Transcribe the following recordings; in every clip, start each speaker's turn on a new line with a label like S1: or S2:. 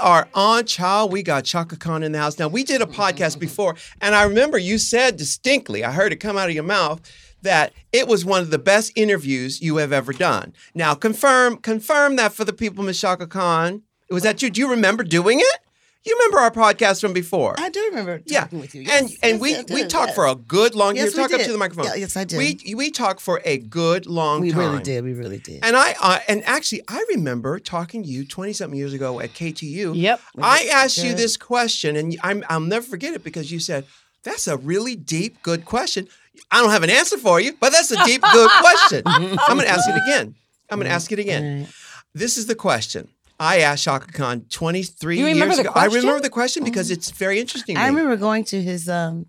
S1: are on, child. We got Chaka Khan in the house. Now, we did a podcast before, and I remember you said distinctly, I heard it come out of your mouth, that it was one of the best interviews you have ever done. Now, confirm confirm that for the people, Miss Chaka Khan. Was that you? Do you remember doing it? You remember our podcast from before?
S2: I do remember
S1: yeah,
S2: talking with you.
S1: and
S2: Yes,
S1: and
S2: yes, I
S1: we
S2: do,
S1: we talked
S2: yes.
S1: for a good long.
S2: Yes,
S1: you
S2: we
S1: talk up
S2: did.
S1: to the microphone.
S2: Yeah, yes, I did.
S1: We we talked for a good long
S2: we
S1: time.
S2: really did. We really did.
S1: And I uh, and actually, I remember talking to you twenty something years ago at KTU.
S3: Yep.
S1: I asked you
S2: good.
S1: this question, and I'm, I'll never forget it because you said that's a really deep, good question. I don't have an answer for you, but that's a deep, good question. I'm going to ask it again. I'm going to ask it again. This is the question I asked Shaka Khan 23
S3: You remember
S1: years
S3: the
S1: ago. I
S3: question?
S1: remember the question because it's very interesting. to
S2: I
S1: me.
S2: remember going to his um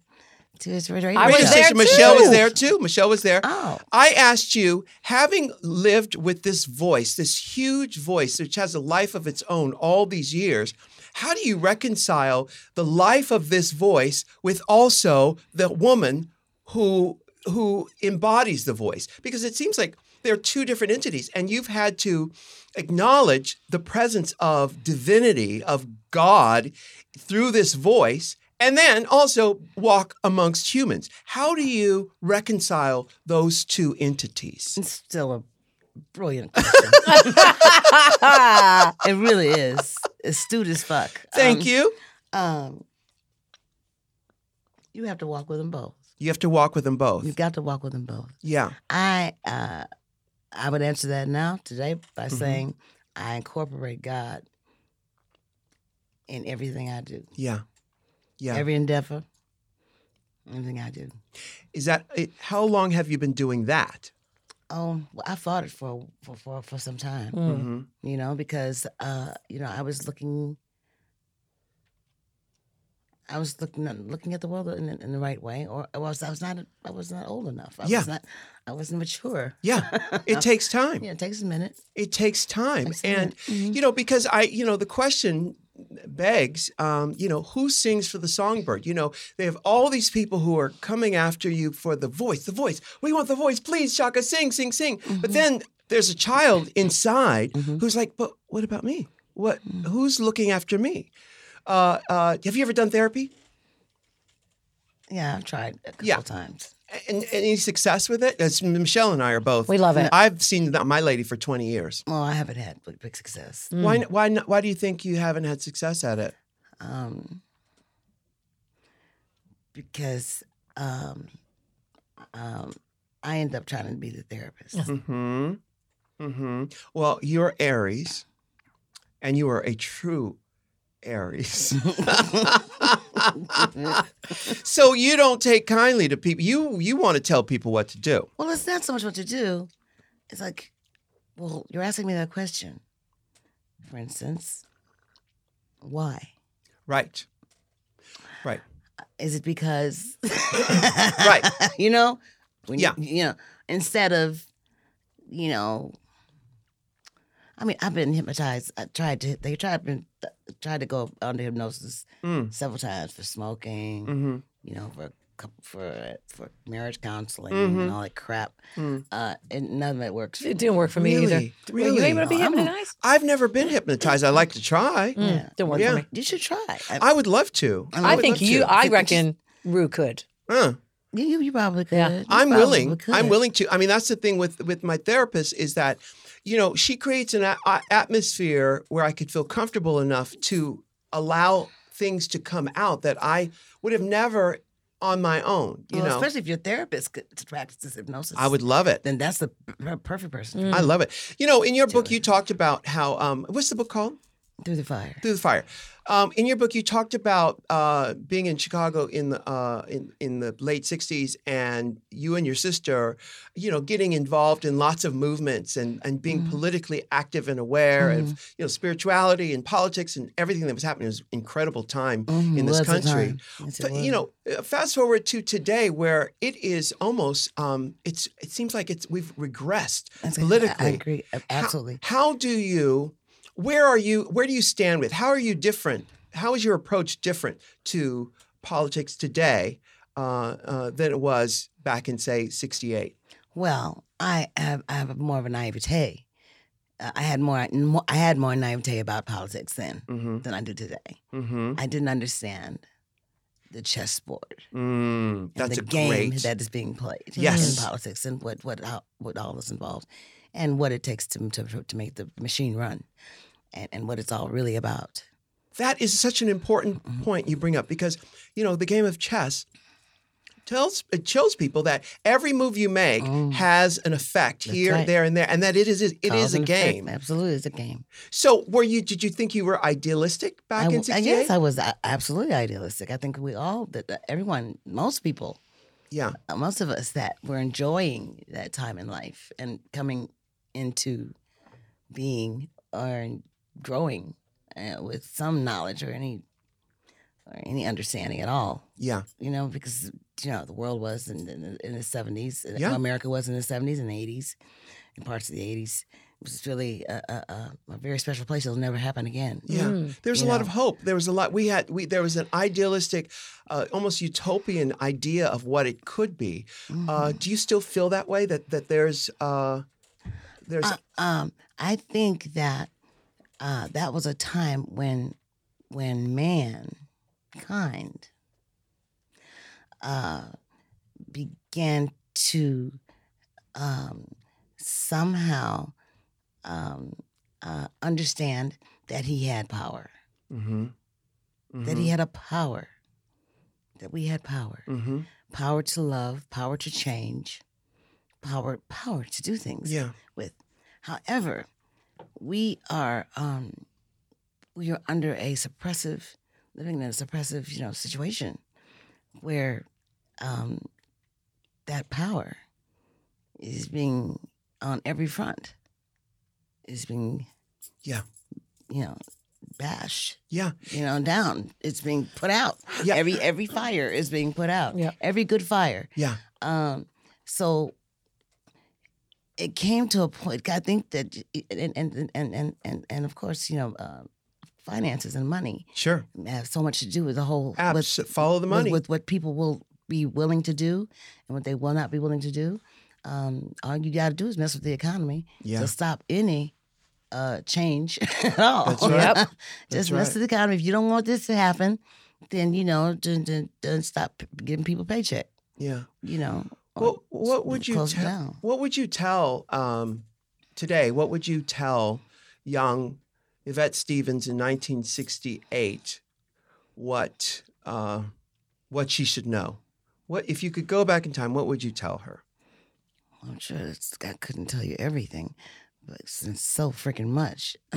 S2: to his radio.
S3: I
S1: Radio
S3: was there
S1: station. Michelle
S3: too.
S1: was there too. Michelle was there.
S2: Oh.
S1: I asked you, having lived with this voice, this huge voice, which has a life of its own all these years, how do you reconcile the life of this voice with also the woman who who embodies the voice? Because it seems like they're two different entities, and you've had to acknowledge the presence of divinity, of God through this voice and then also walk amongst humans. How do you reconcile those two entities?
S2: It's still a brilliant question. it really is. Astute as fuck.
S1: Thank
S2: Um,
S1: you.
S2: Um, you have to walk with them both.
S1: You have to walk with them both.
S2: You've got to walk with them both.
S1: yeah.
S2: I uh, I would answer that now today by
S1: Mhm.
S2: saying I incorporate God in everything I do,
S1: Yeah. Yeah.
S2: every endeavor, everything I do.
S1: Is that it- how long have you been doing that?
S2: Oh, well, I fought it for for for, for some time.
S3: Mm.
S1: hmm
S2: you know, because uh, you know, I was looking I was looking looking at the world in, in the right way, or I was I was not I was not old enough. I
S1: Yeah.
S2: was not I wasn't mature.
S1: Yeah. It takes time.
S2: yeah, it takes a minute.
S1: It takes time.
S2: Takes a
S1: and mm-hmm.
S2: minute. Mhm.
S1: you know, because I, you know, the question begs, um, you know, who sings for the songbird? You know, they have all these people who are coming after you for the voice, the voice. We want the voice, please, Shaka, sing, sing, sing.
S3: Mm-hmm.
S1: But then there's a child inside who's like, but what about me? What?
S3: Mm.
S1: Who's looking after me? Uh, uh, have you ever done therapy?
S2: yeah, I've tried a couple
S1: Yeah.
S2: times.
S1: And, any success with it? As Michelle and I are both.
S3: We love it.
S1: I've seen that- my lady for 20 years.
S2: Well, I haven't had big, big success.
S1: Why?
S3: Mm.
S1: n- Why? n- Why do you think you haven't had success at it?
S2: Um, because um, um, I end up trying to be the therapist.
S1: Hmm. Hmm. Well, you're Aries, and you are a true Aries. so you don't take kindly to people. You you want to tell people what to do.
S2: Well, it's not so much what to do. It's like, well, you're asking me that question. For instance, why?
S1: Right. Right.
S2: Is it because
S1: Right.
S2: you know? When
S1: Yeah.
S2: You, you know, instead of, you know, I mean, I've been hypnotized. I tried to. They tried been tried to go under hypnosis
S1: Mm.
S2: several times for smoking.
S1: hmm
S2: You know, for cou- for for marriage counseling
S1: Mhm.
S2: and all that crap.
S1: Mm.
S2: Uh, and none of it works.
S3: It didn't work for me either.
S1: Really?
S3: Were you
S1: Really?
S3: able to be
S2: No, I'm-
S3: hypnotized?
S1: I've never been hypnotized. I like to try.
S3: Mm,
S2: Yeah.
S3: Didn't work
S1: Yeah.
S3: for me.
S2: You should try. I,
S1: I would love to.
S2: I
S3: I
S2: would
S3: think
S1: love
S3: you.
S1: to.
S3: I reckon Rue could.
S1: Huh.
S2: you, you probably could.
S3: Yeah.
S2: You
S1: I'm
S2: probably
S1: willing.
S2: could.
S1: I'm willing to. I mean, that's the thing with with my therapist is that, you know, she creates an a- a- atmosphere where I could feel comfortable enough to allow things to come out that I would have never on my own. You
S2: Well,
S1: know,
S2: Oh, especially if your therapist could to practice this hypnosis.
S1: I would love it.
S2: Then Mm-hmm. that's the p- per- perfect person
S3: Mm.
S1: I love it. You know, in your book, you talked about how um, what's the book called?
S2: through the fire.
S1: Through the Fire. Um, in your book, you talked about uh, being in Chicago in the uh, in, in the late '60s, and you and your sister, you know, getting involved in lots of movements and and being
S2: Mm-hmm.
S1: politically active and aware of you know spirituality and politics and everything that was happening. It was an incredible time in this
S2: was Mm-hmm. a
S1: country.
S2: time. Yes, it
S1: But,
S2: was.
S1: you know, uh, fast forward to today, where it is almost um, it's it seems like it's we've regressed
S2: That's it. I-
S1: politically.
S2: I agree ab-
S1: How-
S2: absolutely.
S1: How, do you? Where are you? Where do you stand with? How are you different? How is your approach different to politics today uh, uh, than it was back in say '68?
S2: Well, I have I have more of a naivete uh, I had more, more I had more naivete about politics then
S1: Mm-hmm.
S2: than I do today.
S1: Mm-hmm.
S2: I didn't understand the chessboard
S1: Mm,
S2: and
S1: that's
S2: the
S1: a
S2: game
S1: great.
S2: that is being played
S1: Yes.
S2: in politics and what what how, what all is involved and what it takes to to, to make the machine run and, and what it's all really about.
S1: that is such an important
S2: Mhm.
S1: point you bring up because you know the game of chess tells it shows people that every move you make
S2: Mm.
S1: has an effect
S2: That's
S1: here,
S2: right.
S1: there, and there, and that it is it is
S2: Cause
S1: a
S2: and effect.
S1: game.
S2: Absolutely, it's a game.
S1: So, were you? Did you think you were idealistic back
S2: I,
S1: in
S2: w- I-
S1: '68?
S2: yes, I was uh, absolutely idealistic. I think we all, that that everyone, most people
S1: yeah.
S2: uh, most of us that were enjoying that time in life and coming into being or growing uh, with some knowledge or any or any understanding at all
S1: Yeah.
S2: you know because you know the world was in, in, the- in the 70s and
S1: Yeah.
S2: america was in the 70s and 80s and parts of the 80s it was really a, a, a, a very special place it'll never happen again
S1: Yeah.
S3: Mm.
S1: There was a
S2: You
S1: lot
S2: know.
S1: of hope. There was a lot. We had. We there was an idealistic, uh, almost utopian idea of what it could be.
S2: Mm-hmm.
S1: Uh, do you still feel that way? That that there's uh, there's
S2: Uh, um, I think that uh, that was a time when when mankind uh, began to um, somehow um, uh, understand that he had power,
S1: mm-hmm,
S2: that he had a power, that we had power,
S1: hmm
S2: power to love, power to change, power power to do things
S1: yeah
S2: with. However, we are um, we are under a suppressive, living in a suppressive, you know, situation where um, that power is being on every front, is being
S1: Yeah.
S2: you know, bashed,
S1: yeah
S2: you know, down. It's being put out.
S1: Yeah.
S2: Every every fire is being put out.
S3: Yeah.
S2: Every good fire
S1: yeah
S2: um, so it came to a point. I think that, and and and and and, and of course, you know, uh, finances and money
S1: sure.
S2: have so much to do with the whole
S1: Abs-
S2: with,
S1: follow the money.
S2: with, with what people will be willing to do and what they will not be willing to do. Um, all you got to do is mess with the economy
S1: yeah.
S2: to stop any uh, change at all.
S1: That's right.
S3: Yep.
S1: That's
S2: Just mess
S1: right.
S2: with the economy. If you don't want this to happen, then you know, then, then, then stop giving people paycheck.
S1: yeah.
S2: You know. or-
S1: What what would you
S2: close it
S1: tell?
S2: down.
S1: What would you tell um, today? What would you tell young Yvette Stevens in 1968? What uh, what she should know? What if you could go back in time? What would you tell her?
S2: I'm sure it's, I couldn't tell you everything, but since so freaking much,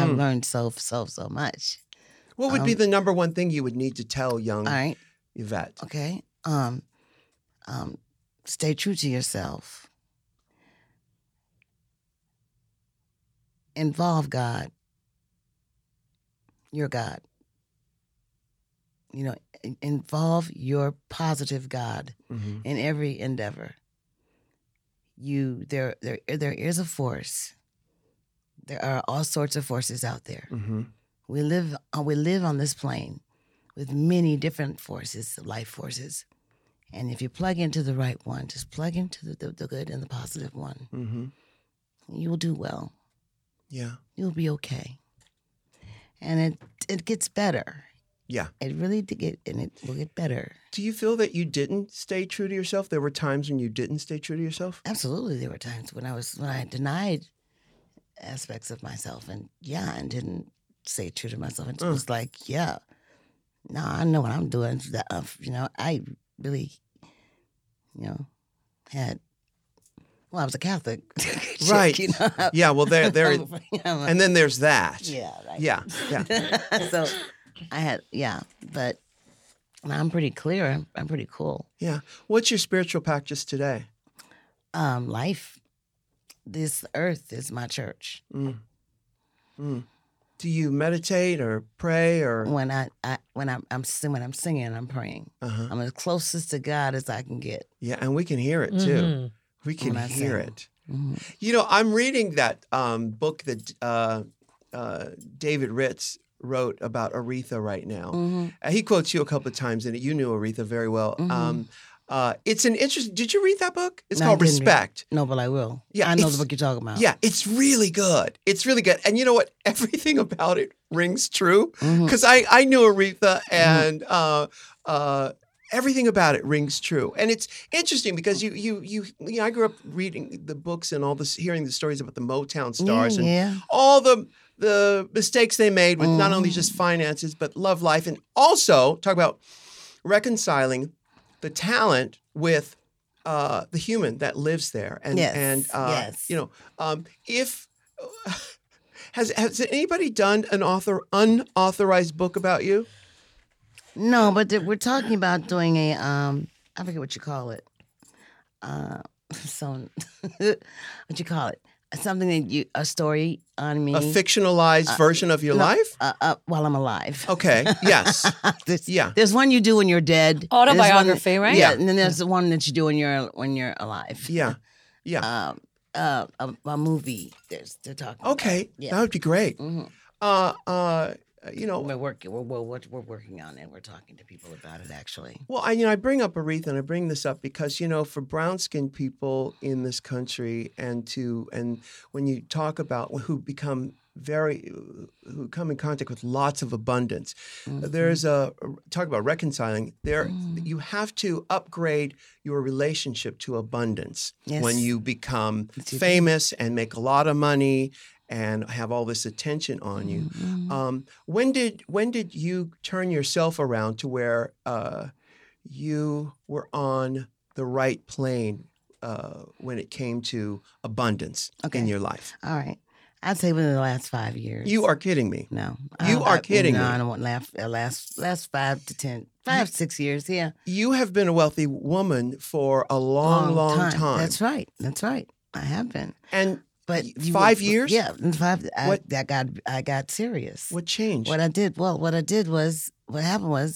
S2: I've
S1: Mm.
S2: learned so so so much.
S1: What would be
S2: Um,
S1: the number one thing you would need to tell young
S2: All right,
S1: Yvette?
S2: okay. Um, um, stay true to yourself. Involve God, your God. You know, in- involve your positive God
S1: Mhm.
S2: in every endeavor. You there there there is a force. There are all sorts of forces out there.
S1: Mhm.
S2: We live uh, we live on this plane with many different forces, life forces. And if you plug into the right one, just plug into the, the, the good and the positive one,
S1: Mhm.
S2: you will do well.
S1: Yeah.
S2: You'll be okay. And it it gets better.
S1: Yeah.
S2: It really did get and it will get better.
S1: Do you feel that you didn't stay true to yourself? There were times when you didn't stay true to yourself.
S2: Absolutely, there were times when I was when I denied aspects of myself, and yeah, and didn't stay true to myself. It
S1: Mm.
S2: was like, yeah, no, I know what I'm doing. That uh, you know, I really, you know, had. Well, I was a Catholic, chick,
S1: Right.
S2: You know,
S1: Yeah. Well, there there.
S2: I'm a- I'm a-
S1: and then there's that.
S2: Uh, Oh, yeah, right.
S1: Yeah. Yeah.
S2: so I had yeah, but I'm pretty clear. I'm, I'm pretty cool.
S1: Yeah. What's your spiritual practice today?
S2: um, life. This earth is my church.
S1: Mm. Mm. Do you meditate or pray or?
S2: When I, I when I'm, I'm sing- when I'm singing, I'm praying.
S1: Uh-huh.
S2: I'm as closest to God as I can get.
S1: Yeah, and we can hear it too.
S2: Mm-hmm.
S3: Mhm.
S1: We can
S2: When I
S1: hear
S2: sing.
S1: it. You know, I'm reading that um, book that uh, uh, David Ritz wrote about Aretha right now.
S2: Mhm.
S3: Mm-hmm.
S1: Uh, He quotes you a couple of times in it. You knew Aretha very well.
S2: Mhm.
S1: Um, Uh, it's an interesting. Did you read that book? It's
S2: No, I
S1: called
S2: didn't read it.
S1: Respect.
S2: No, but I will.
S1: Yeah,
S2: I know
S1: it's-
S2: the book you're talking about.
S1: Yeah, it's really good. It's really good. And you know what? Everything about it rings true
S2: Mhm.
S1: because I, I knew Aretha and uh, uh, everything about it rings true. And it's interesting because you you you, you know, I grew up reading the books and all this, hearing the stories about the Motown stars
S2: Yeah,
S1: and
S2: yeah.
S1: all the the mistakes they made with not only
S2: Mhm.
S1: just finances but love life and also talk about reconciling the talent with uh, the human that lives there and
S2: Yes,
S1: and uh,
S2: yes.
S1: you know um, if has has anybody done an author unauthorized book about you
S2: No, but th- we're talking about doing a um I forget what you call it. Uh so what you call it? Something that you a story on me
S1: a fictionalized version of your
S2: Mm-hmm. Uh, no.
S1: life
S2: uh, uh, while I'm alive.
S1: okay yes
S2: there's,
S1: Oh, yeah.
S2: There's one you do when you're dead. There's one that-
S3: Autobiography, right?
S2: Yeah,
S1: Yeah.
S2: and then there's the one that you do when you're when you're alive.
S1: yeah yeah
S2: Um uh, a, a movie. There's they're talking. about.
S1: okay
S2: Uh, Yeah.
S1: that would be great
S2: Mhm.
S1: uh uh you know
S2: We're working. We're, we're we're we're working on it. We're talking to people about it actually.
S1: Well, I, you know, I bring up Aretha and I bring this up because you know, for brown skinned people in this country, and to and when you talk about who become very who come in contact with lots of abundance,
S2: Mm-hmm.
S1: there's a talk about reconciling. There,
S2: Mm.
S1: you have to upgrade your relationship to abundance
S2: Yes.
S1: when you become
S2: Yes, you do.
S1: famous and make a lot of money and have all this attention on you.
S2: Mm-hmm. uh,
S1: Um, when did when did you turn yourself around to where uh, you were on the right plane uh, when it came to abundance
S2: Okay.
S1: in your life?
S2: All right. I'd say within the last five years.
S1: You are kidding me.
S2: No. Uh,
S1: You
S2: I-
S1: are
S2: I-
S1: kidding
S2: No,
S1: me.
S2: I don't want last, uh, last, last five to ten, five, six years. Yeah.
S1: You have been a wealthy woman for a long, long, time.
S2: That's right. That's right. I have been.
S1: And
S2: But
S1: Y-
S2: you
S1: five
S2: would-
S1: years?
S2: Yeah. in Five. I,
S1: What-
S2: That got, I got serious.
S1: what changed?
S2: What I did, well, what I did was, what happened was,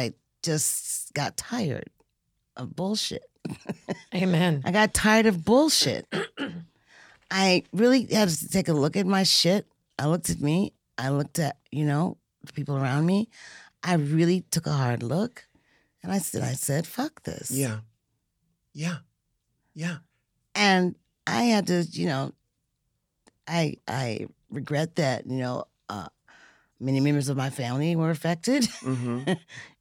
S2: I just got tired of bullshit.
S3: Amen.
S2: I got tired of bullshit. I really had to take a look at my shit. I looked at me. I looked at, you know, the people around me. I really took a hard look and I said, I said, fuck this.
S1: yeah. Yeah. Yeah.
S2: And I had to, you know, I I regret that, you know, uh, many members of my family were affected
S1: hmm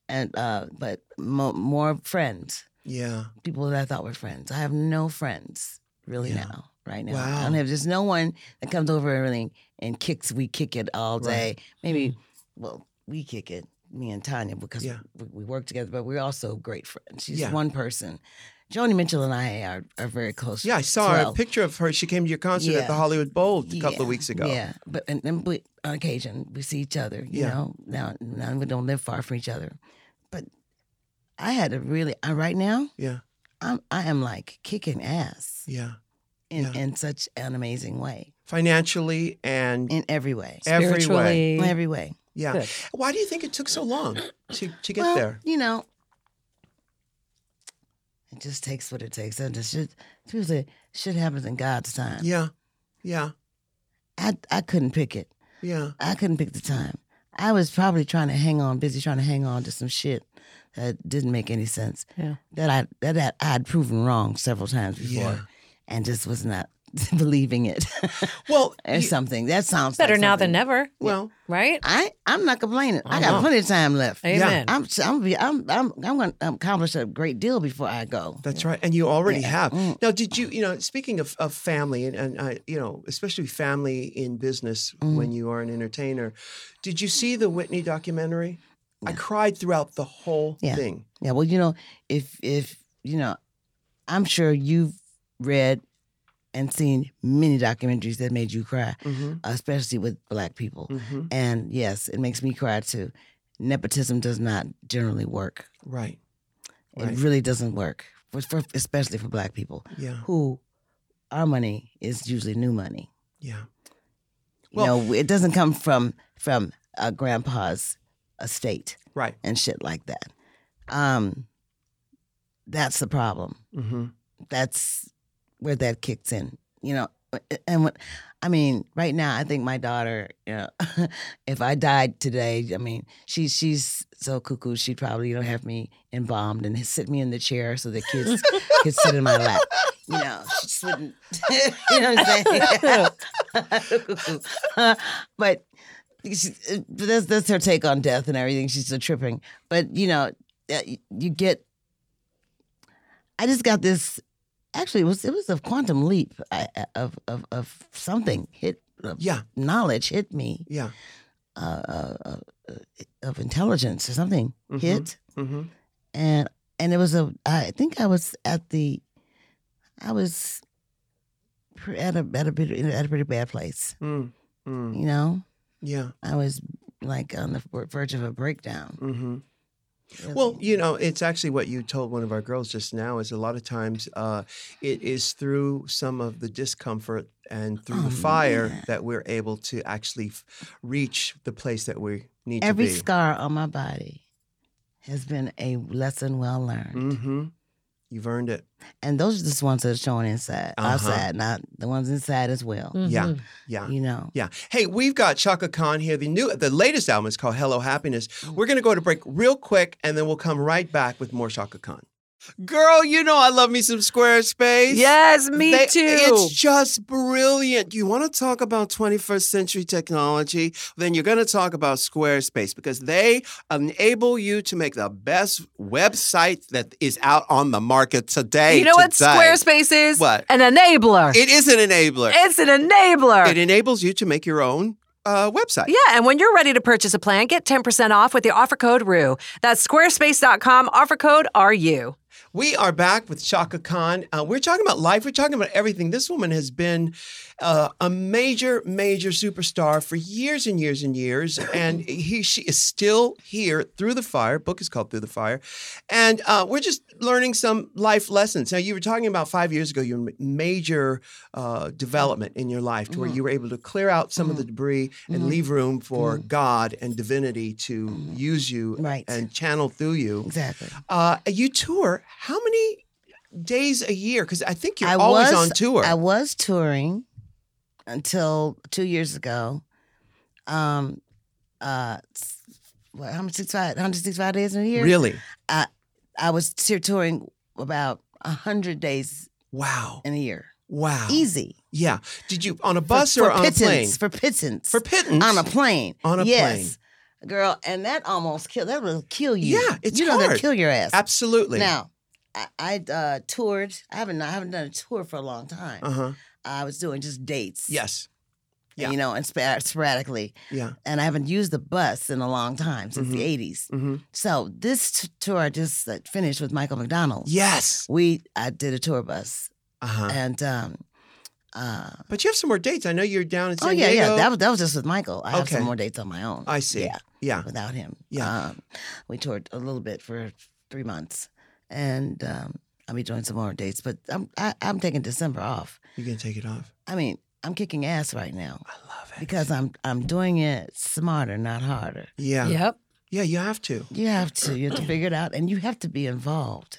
S2: and uh but mo- more friends,
S1: Yeah.
S2: people that I thought were friends. I have no friends really
S1: Yeah.
S2: now, right now.
S1: Wow.
S2: I don't have there's no one that comes over and really and kicks. We kick it all day.
S1: Right. Hmm.
S2: Maybe well, we kick it. Me and Tanya because
S1: Yeah.
S2: we, we work together, but we're also great friends. She's
S1: Yeah.
S2: one person. Joni Mitchell and I are, are very close.
S1: Yeah. I
S2: as
S1: saw
S2: well.
S1: a picture of her. She came to your concert at
S2: Yeah.
S1: the Hollywood Bowl a couple
S2: Yeah,
S1: of weeks ago.
S2: Yeah, but and then we, on occasion we see each other. You
S1: Yeah.
S2: know, now now we don't live far from each other, but I had to really. I right now
S1: Yeah.
S2: I'm I am like kicking ass
S1: Yeah.
S2: in
S1: Yeah.
S2: in such an amazing way,
S1: Financially and
S2: in every way,
S1: every way.
S3: Spiritually.
S2: every way.
S1: Yeah.
S3: Good.
S1: Why do you think it took so long to, to get
S2: well,
S1: there?
S2: You know, it just takes what it takes. And this shit, people say shit happens in God's time.
S1: Yeah. Yeah.
S2: I I couldn't pick it.
S1: Yeah.
S2: I couldn't pick the time. I was probably trying to hang on, busy trying to hang on to some shit that didn't make any sense.
S3: Yeah.
S2: That I that, that I'd proven wrong several times before,
S1: Yeah.
S2: and just was not believing it
S1: Well,
S2: or
S1: you-
S2: something. That sounds
S3: Better
S2: like
S3: now
S2: something.
S3: than never,
S1: well,
S3: right?
S2: I I'm not complaining. I,
S3: I
S2: got
S3: know.
S2: plenty of time left.
S3: Amen.
S2: I'm I'm be- I'm I'm I'm going to accomplish a great deal before I go.
S1: that's right. And you already
S2: Yeah.
S1: have.
S2: Mm.
S1: Now, did you, you know, speaking of, of family and, and I, you know, especially family in business
S2: Mhm.
S1: when you are an entertainer, did you see the Whitney documentary? I cried throughout the whole
S2: Yeah.
S1: thing.
S2: Yeah, well, you know, if if you know, I'm sure you've read and seen many documentaries that made you cry,
S1: hmm
S2: especially with black people.
S1: hmm
S2: And yes, it makes me cry too. Nepotism does not generally work.
S1: Right. Right.
S2: It really doesn't work, for, for, especially for black people
S1: Yeah.
S2: who our money is usually new money.
S1: Yeah.
S2: You
S1: Well-
S2: know, it doesn't come from from a grandpa's estate
S1: Right.
S2: and shit like that. Um, that's the problem.
S1: hmm
S2: That's where that kicks in. You know, and what I mean, right now, I think my daughter, you know, if I died today, I mean, she she's so cuckoo, she'd probably you know have me embalmed and sit me in the chair so the kids could sit in my lap. You know, she just wouldn't. you know what I'm saying? but she, but that's that's her take on death and everything. She's still tripping, but you know, uh, you get. I just got this actually it was it was a quantum leap I- of of of something hit of
S1: Yeah.
S2: knowledge hit me
S1: Yeah.
S2: uh, uh, uh, of intelligence or something
S1: Mhm.
S2: hit
S1: hmm
S2: and and it was a I think I was at the I was pre- at a at a bit at a pretty bad place
S1: Mm. Mm.
S2: you know
S1: Yeah.
S2: I was like on the ver- verge of a breakdown
S1: hmm Well, you know, it's actually what you told one of our girls just now is a lot of times uh, it is through some of the discomfort and through
S2: Oh,
S1: the fire
S2: man.
S1: that we're able to actually f- reach the place that we need
S2: every
S1: to be.
S2: scar on my body has been a lesson well learned.
S1: hmm You've earned it.
S2: and those are just ones that are shown inside,
S1: Uh-huh.
S2: outside, not the ones inside as well.
S1: Yeah.
S3: Mhm.
S1: Yeah.
S2: You know,
S1: Yeah. Hey, we've got Chaka Khan here. The new the latest album is called Hello Happiness.
S2: Mm.
S1: We're gonna go to break real quick and then we'll come right back with more Chaka Khan. Girl, you know I love me some Squarespace.
S4: Yes, me
S1: They-
S4: too.
S1: It's just brilliant. You want to talk about 21st century technology? Then you're going to talk about Squarespace because they enable you to make the best website that is out on the market today.
S4: you know what
S1: today.
S4: Squarespace is?
S1: What?
S4: An enabler.
S1: It is an enabler.
S4: it's an enabler.
S1: It enables you to make your own uh, website.
S4: Yeah, and when you're ready to purchase a plan, get 10% off with the offer code RU. That's squarespace.com, offer code RU.
S1: We are back with Shaka Khan. Uh, we're talking about life. We're talking about everything. This woman has been uh, a major, major superstar for years and years and years, and he, she is still here through the fire. Book is called Through the Fire, and uh, we're just learning some life lessons. Now, you were talking about five years ago your m- major uh, development in your life, to where you were able to clear out some of the debris and leave room for God and divinity to use you
S2: Right.
S1: and channel through you.
S2: exactly.
S1: Uh, you tour how many days a year? Because I think you're
S2: I
S1: always on
S2: was
S1: tour.
S2: I was touring until two years ago. Um, uh, s- what 165, 165 days in a year.
S1: really?
S2: I was t- touring about hundred days
S1: Wow.
S2: in a year,
S1: Wow.
S2: easy.
S1: Yeah. Did you on a
S2: For-
S1: bus
S2: for
S1: or on a
S2: pittance,
S1: plane?
S2: For pittance,
S1: For pittance.
S2: on a plane.
S1: On a
S2: yes.
S1: plane.
S2: Girl, and that almost kill. That will kill you.
S1: Yeah, it's
S2: you know that
S1: hard.
S2: kill your ass.
S1: Absolutely.
S2: Now, I, I uh, toured. I haven't. I haven't done a tour for a long time.
S1: Uh huh.
S2: I was doing just dates.
S1: Yes.
S2: and,
S1: yeah.
S2: You know, and spor- sporadically,
S1: Yeah.
S2: and I haven't used the bus in a long time since the '80s.
S1: Mm-hmm.
S2: So this t- tour I just uh, finished with Michael McDonald.
S1: Yes.
S2: We I did a tour bus,
S1: Uh huh.
S2: and um, uh,
S1: But you have some more dates. I know you're down in San
S2: oh yeah,
S1: Diego.
S2: yeah, that was that was just with Michael. I have some
S1: Okay.
S2: more dates on my own.
S1: I see.
S2: Yeah.
S1: Yeah.
S2: without him.
S1: Yeah.
S2: Um, we toured a little bit for three months, and um, I'll be doing some more dates. But I'm I, I'm taking December off.
S1: You're gonna take it off.
S2: I mean, I'm kicking ass right now
S1: I love it.
S2: because I'm I'm doing it smarter, not harder.
S1: yeah. yeah.
S3: Yep.
S1: You have to.
S2: You have to you have to figure it out, and you have to be involved.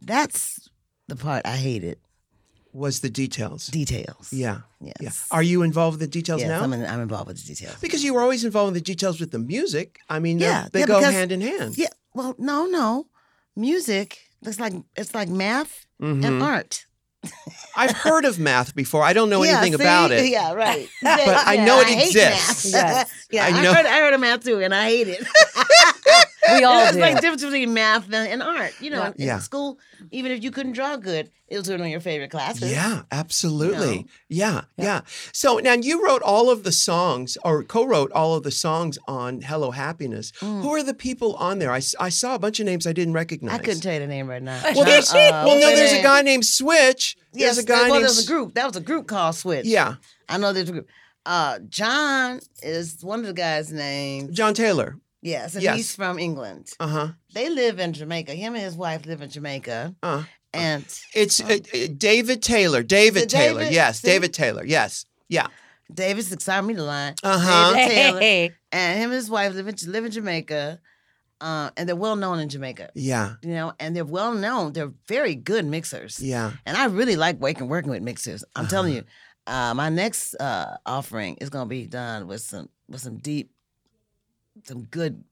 S2: That's the part I hated.
S1: Was the details.
S2: Details.
S1: yeah.
S2: Yes.
S1: Yeah. Are you involved with the details
S2: yes,
S1: now?
S2: I'm, in, I'm involved with the details.
S1: because you were always involved in the details with the music. I mean, they're-
S2: Yeah,
S1: they
S2: yeah,
S1: go
S2: because-
S1: hand in hand.
S2: Yeah. Well, no, no. Music. It's like it's like math
S1: Mhm.
S2: and art.
S1: I've heard of math before. I don't know anything
S2: see?
S1: about it.
S2: Yeah, right.
S1: But I know it exists.
S2: Hate math.
S3: Yes.
S2: yeah,
S1: I
S2: I,
S1: know.
S2: heard I heard of math too, and I hate it.
S3: We all
S2: There's
S3: do.
S2: like difference between math and, and art. You know, in- in
S1: Yeah.
S2: school, even if you couldn't draw good, it was one of your favorite classes.
S1: Yeah, absolutely.
S2: No.
S1: Yeah, yeah, So now you wrote all of the songs or co wrote all of the songs on Hello Happiness. Who are the people on there? I, s- I saw a bunch of names I didn't recognize.
S2: Mm. I couldn't tell you the name right now.
S1: Well, there's,
S2: Uh,
S1: well
S2: what's
S1: no,
S2: her
S1: there's a
S2: name?
S1: guy named Switch.
S2: Yes,
S1: there's a guy
S2: well,
S1: named.
S2: there was a group. That was a group called Switch.
S1: Yeah,
S2: I know there's a group. Uh, John is one of the guys' names.
S1: John Taylor.
S2: Yes, and
S1: Yes.
S2: he's from England.
S1: Uh huh.
S2: They live in Jamaica. Him and his wife live in Jamaica,
S1: Uh,
S2: and
S1: it's uh, uh, David Taylor. David
S2: Uh-huh. The
S1: Taylor.
S2: David-
S1: yes,
S2: see?
S1: David Taylor. Yes. Yeah.
S2: Davis signed me the line.
S1: Uh huh.
S2: David Taylor.
S3: Hey.
S2: and him and his wife live in live in Jamaica. uh, and they're well known in Jamaica.
S1: Yeah.
S2: You know, and they're well known. They're very good mixers.
S1: Yeah.
S2: And I really like working working with mixers. I'm telling
S1: Uh-huh.
S2: you, uh, my next uh, offering is gonna be done with some with some deep, some good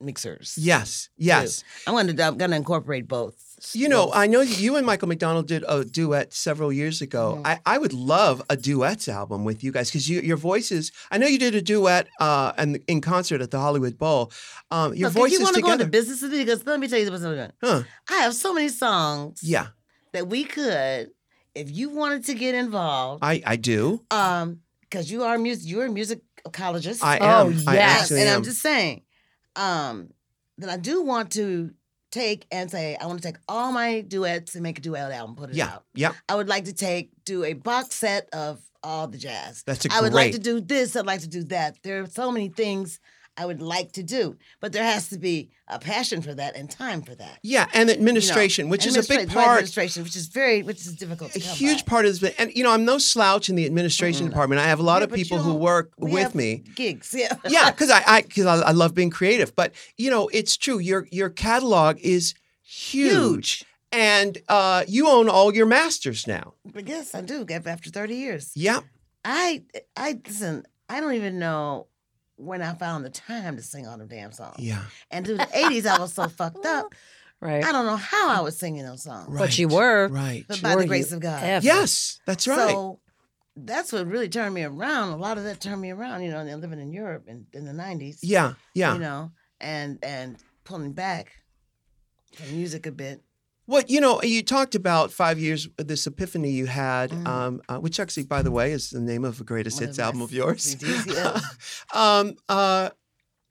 S2: mixers.
S1: Yes.
S2: too.
S1: Yes.
S2: I'm gonna I'm gonna incorporate both.
S1: You know, uh, I know you and Michael McDonald did a duet several years ago.
S2: Mm-hmm.
S1: I, I would love a duets album with you guys because you, your voices. I know you did a duet uh, and in concert at the Hollywood Bowl. Um, your
S2: Look, if
S1: voices
S2: you wanna go
S1: together.
S2: into business with me, because let me tell you what's going on.
S1: huh?
S2: I have so many songs
S1: Yeah,
S2: that we could, if you wanted to get involved,
S1: I I do.
S2: um, because you are music, you're a musicologist.
S1: I
S3: Oh,
S1: am. I
S3: yes.
S1: actually
S2: and
S1: am.
S2: I'm just saying, um, that I do want to take and say I want to take all my duets and make a duet album, put it
S1: yeah,
S2: out.
S1: yeah.
S2: I would like to take do a box set of all the jazz.
S1: That's a
S2: I would like
S1: great-
S2: to do this. I'd like to do that. There are so many things I would like to do, but there has to be a passion for that and time for that.
S1: Yeah, and administration, which is a big part
S2: Administration, which is very, which is difficult.
S1: a
S2: to come
S1: huge
S2: by.
S1: part of this. And you know, I'm no slouch in the administration department. I have a lot
S2: Yeah,
S1: of
S2: but you
S1: people who
S2: don't-
S1: work
S2: we
S1: with
S2: have
S1: me.
S2: Gigs, yeah.
S1: yeah, because I I because I, I love being creative. But you know, it's true. Your your catalog is huge, and uh, you own all your masters now.
S2: But yes, I do. After thirty years,
S1: Yeah,
S2: I, I listen. I don't even know when I found the time to sing all them damn songs.
S1: yeah,
S2: And through the eighties, I was so fucked up.
S3: Right.
S2: I don't know how I was singing those songs.
S1: right.
S4: But you were.
S1: right.
S2: But by
S3: Were
S2: the grace
S3: you
S2: of God.
S3: ever?
S1: Yes, that's right.
S2: So that's what really turned me around. A lot of that turned me around, you know, and then living in Europe in, in the 90s.
S1: yeah, yeah.
S2: You know, and and pulling back from music a bit.
S1: What you know, you talked about five years. This epiphany you had,
S2: Mhm.
S1: um, uh, which actually, by the way, is the name of a greatest
S2: One of
S1: hits
S2: the
S1: album of
S2: best
S1: yours.
S2: CDs, yeah.
S1: um, uh,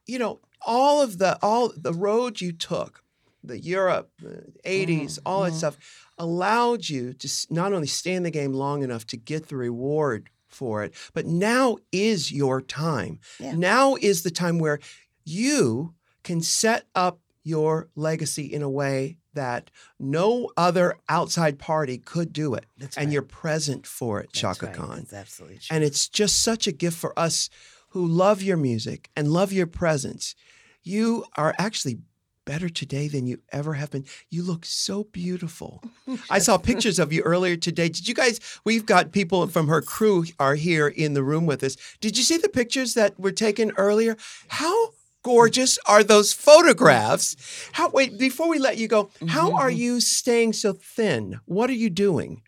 S1: you know, all of the all the road you took, the Europe, the 80s all that
S2: mhm.
S1: stuff, allowed you to s- not only stay in the game long enough to get the reward for it, but now is your time.
S2: Yeah.
S1: Now is the time where you can set up your legacy in a way that no other outside party could do it.
S2: That's
S1: and
S2: right.
S1: you're present for it,
S2: That's
S1: Shaka
S2: right.
S1: Khan.
S2: That's absolutely true.
S1: And it's just such a gift for us who love your music and love your presence. You are actually better today than you ever have been. You look so beautiful. I saw pictures of you earlier today. Did you guys we've got people from her crew are here in the room with us. Did you see the pictures that were taken earlier? How gorgeous are those photographs? How wait, before we let you go, how are you staying so thin? What are you doing?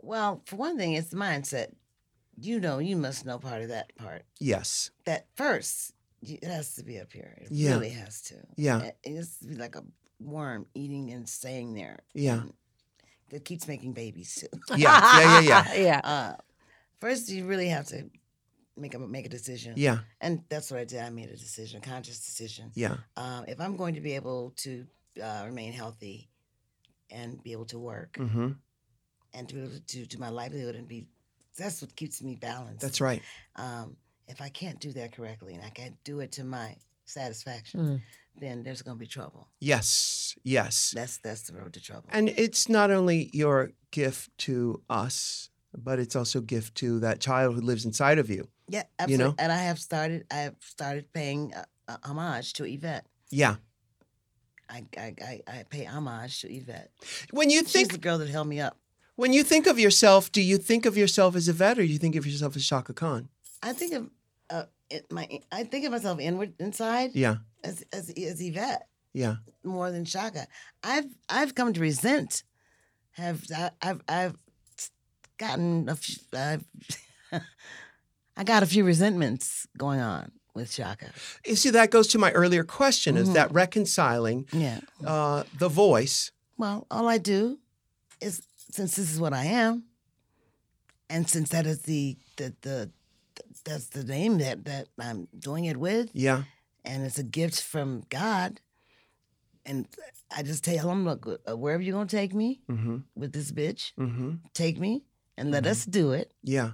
S2: Well, for one thing, it's mindset. You know, you must know part of that part.
S1: Yes.
S2: That first, you- it has to be up here. It
S1: Yeah.
S2: really has to.
S1: Yeah.
S2: It it has to be like a worm eating and staying there.
S1: Yeah.
S2: And That keeps making babies too.
S1: Yeah. Yeah, yeah, yeah.
S3: yeah.
S2: Uh, first, you really have to make a make a decision.
S1: Yeah.
S2: And that's what I did. I made a decision, a conscious decision.
S1: Yeah.
S2: Um, if I'm going to be able to uh, remain healthy and be able to work
S1: Mm-hmm.
S2: and to be able to do, do my livelihood and be that's what keeps me balanced.
S1: That's right.
S2: Um, if I can't do that correctly and I can't do it to my satisfaction,
S3: Mm.
S1: Hmm.
S2: then there's going to be trouble.
S1: Yes. Yes.
S2: That's that's the road to trouble.
S1: And it's not only your gift to us, but it's also a gift to that child who lives inside of you.
S2: yeah,
S1: you
S2: absolutely.
S1: know?
S2: And I have started. I have started paying uh, uh, homage to Yvette.
S1: Yeah.
S2: I, I, I, I pay homage to Yvette.
S1: When you
S2: She's
S1: think
S2: the girl that held me up.
S1: when you think of yourself, do you think of yourself as a vet or do you think of yourself as Shaka Khan?
S2: I think of uh, it, my. I think of myself inward, inside,
S1: Yeah.
S2: as, as as Yvette
S1: Yeah.
S2: more than Shaka. I've I've come to resent. Have I, I've I've gotten a few. I've, I got a few resentments going on with Shaka.
S1: You see, that goes to my earlier question is
S2: Mhm.
S1: that reconciling
S2: Yeah.
S1: uh, the voice.
S2: Well, all I do is since this is what I am, and since that is the the the that's the name that that I'm doing it with,
S1: Yeah.
S2: and it's a gift from God. And I just tell him, look, uh, wherever you're gonna take me
S1: Mm-hmm.
S2: with this bitch,
S1: Mm-hmm.
S2: take me and let us do it.
S1: Yeah.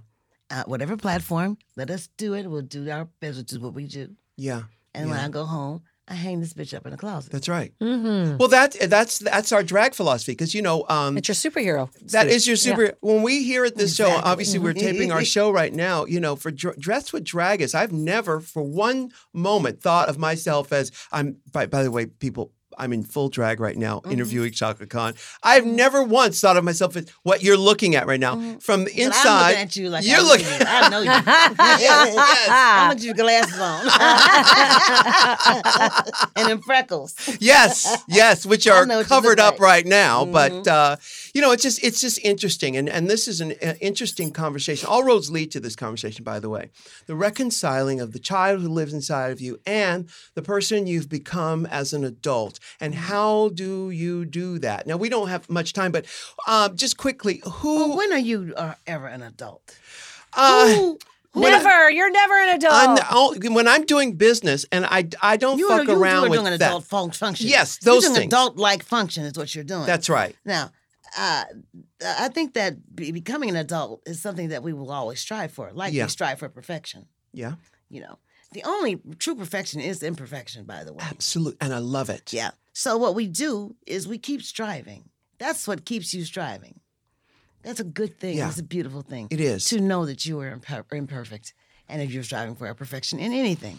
S2: Uh, whatever platform, let us do it. We'll do our best, which is what we do.
S1: Yeah.
S2: And when
S1: Yeah.
S2: I go home, I hang this bitch up in the closet.
S1: That's right.
S4: Mm-hmm.
S1: Well, that that's that's our drag philosophy because you know um,
S4: It's your superhero.
S1: that
S4: suit.
S1: is your super. When we here at this show,
S2: Exactly.
S1: obviously we're taping our show right now. You know, for dr- dress with drag is, I've never for one moment thought of myself as I'm. By, by the way, people. I'm in full drag right now,
S2: Mm-hmm.
S1: interviewing Chaka Khan. I've never once thought of myself as what you're looking at right now from the
S2: But Mm-hmm. I'm looking
S1: inside.
S2: at you like
S1: you're
S2: I know
S1: looking-
S2: you. I know you. I'm gonna do glasses on and then freckles.
S1: yes, yes, which
S2: I
S1: are
S2: know what you
S1: covered
S2: look
S1: up
S2: like.
S1: right now. But
S2: Mhm.
S1: uh, you know, it's just it's just interesting, and and this is an uh, interesting conversation. All roads lead to this conversation, by the way. The reconciling of the child who lives inside of you and the person you've become as an adult, and
S2: Mm-hmm.
S1: how do you do that? Now we don't have much time, but um, just quickly, who?
S2: Well, when are you uh, ever an adult?
S1: uh,
S2: Who- who-
S4: Never. You're never an
S1: I'm-
S4: adult.
S1: I'll- when I'm doing business, and I I don't
S2: You are,
S1: fuck
S2: you,
S1: around
S2: you are
S1: with
S2: doing an
S1: that.
S2: adult fun- function.
S1: Yes,
S2: you're
S1: those
S2: doing
S1: things.
S2: adult-like function is what you're doing.
S1: That's right.
S2: Now, uh, I think that be- becoming an adult is something that we will always strive for, like
S1: Yeah.
S2: we strive for perfection.
S1: Yeah,
S2: You know, the only true perfection is imperfection, by the way.
S1: absolutely, and I love it.
S2: Yeah. So what we do is we keep striving. That's what keeps you striving. That's a good thing.
S1: Yeah.
S2: It's a beautiful thing
S1: It is.
S2: to know that you are imper- imperfect, and if you're striving for perfection in anything,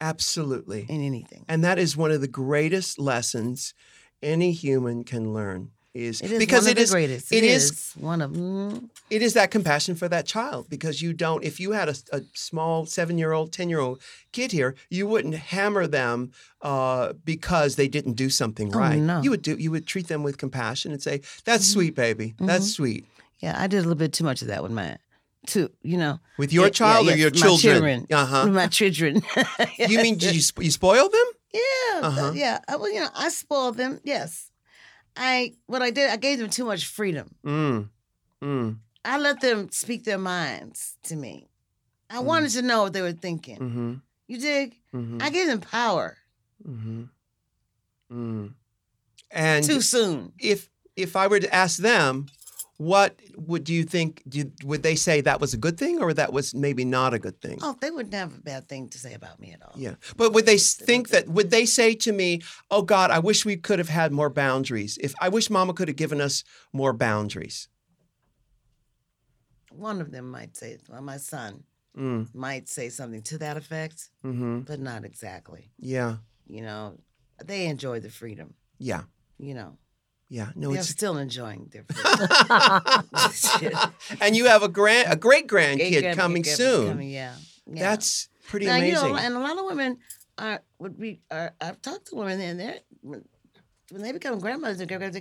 S1: Absolutely.
S2: in anything.
S1: And that is one of the greatest lessons any human can learn is,
S2: It is
S1: because
S2: one
S1: it
S2: of the
S1: is
S2: greatest.
S1: it is-
S2: one of mm,
S1: it is that compassion for that child because you don't if you had a, a small 7-year-old 10-year-old kid here you wouldn't hammer them uh, because they didn't do something
S2: Oh,
S1: right
S2: no. Mm-hmm.
S1: you would do you would treat them with compassion and say that's sweet baby that's sweet
S2: yeah. I did a little bit too much of that with my, too. You know,
S1: with your
S2: Yeah,
S1: child
S2: yeah,
S1: or
S2: yes,
S1: your
S2: my
S1: children,
S2: children.
S1: uh-huh
S2: with my children.
S1: you mean did you, sp- you spoil them
S2: Yeah, th-
S1: Uh-huh.
S2: yeah. I, well, you know, I spoiled them. Yes, I. What I did, I gave them too much freedom.
S1: mm. Mm.
S2: I let them speak their minds to me. I
S1: Mm.
S2: wanted to know what they were thinking.
S1: Mm-hmm.
S2: You dig?
S1: Mm-hmm.
S2: I gave them power
S1: Mm-hmm. Mm. And
S2: too soon.
S1: if if I were to ask them, what would do you think? Do you- would they say that was a good thing or that was maybe not a good thing?
S2: Oh, they wouldn't have a bad thing to say about me at all.
S1: Yeah, but would they s- think that? Would they say to me, "Oh God, I wish we could have had more boundaries. If I wish Mama could have given us more boundaries."
S2: One of them might say, well, my son
S1: Mm,
S2: might say something to that effect,
S1: hmm
S2: but not exactly.
S1: Yeah.
S2: You know, they enjoy the freedom.
S1: Yeah.
S2: You know,
S1: Yeah. No,
S2: they're
S1: it's
S2: still enjoying their freedom. Shit.
S1: and you have a grand, a great grandkid
S2: Grand-
S1: coming
S2: grand-
S1: soon.
S2: coming, yeah. Yeah.
S1: That's pretty
S2: now,
S1: amazing.
S2: You know, and a lot of women are would be are, I've talked to women and they're when when they become grandmothers and grandmothers, they,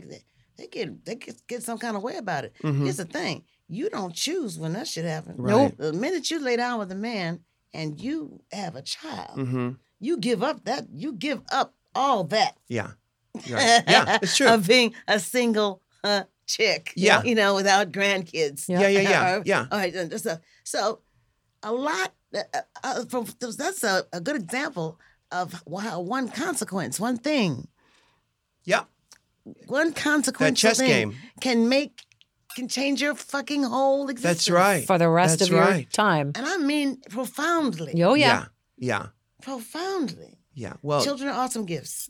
S2: they get they get, get some kind of way about it.
S1: Mhm.
S2: Here's the thing: you don't choose when that shit happens.
S1: Right. Nope.
S2: The minute you lay down with a man and you have a child,
S1: hmm
S2: you give up that you give up all that.
S1: Yeah. You're right. Yeah. It's true.
S2: of being a single uh, chick.
S1: Yeah.
S2: You know, without grandkids.
S1: Yeah, yeah, yeah,
S2: Or-
S1: yeah.
S2: All right, and just, uh, so a lot. Uh, uh, from, that's a, a good example of how one consequence, one thing,
S1: Yeah.
S2: one consequence
S1: chess game.
S2: can make can change your fucking whole existence.
S1: That's right.
S4: For the rest
S1: That's
S4: of your
S1: right.
S4: time.
S2: And I mean profoundly,
S4: Oh, yeah.
S1: Yeah. Yeah.
S2: profoundly.
S1: yeah. Well,
S2: Children are awesome gifts.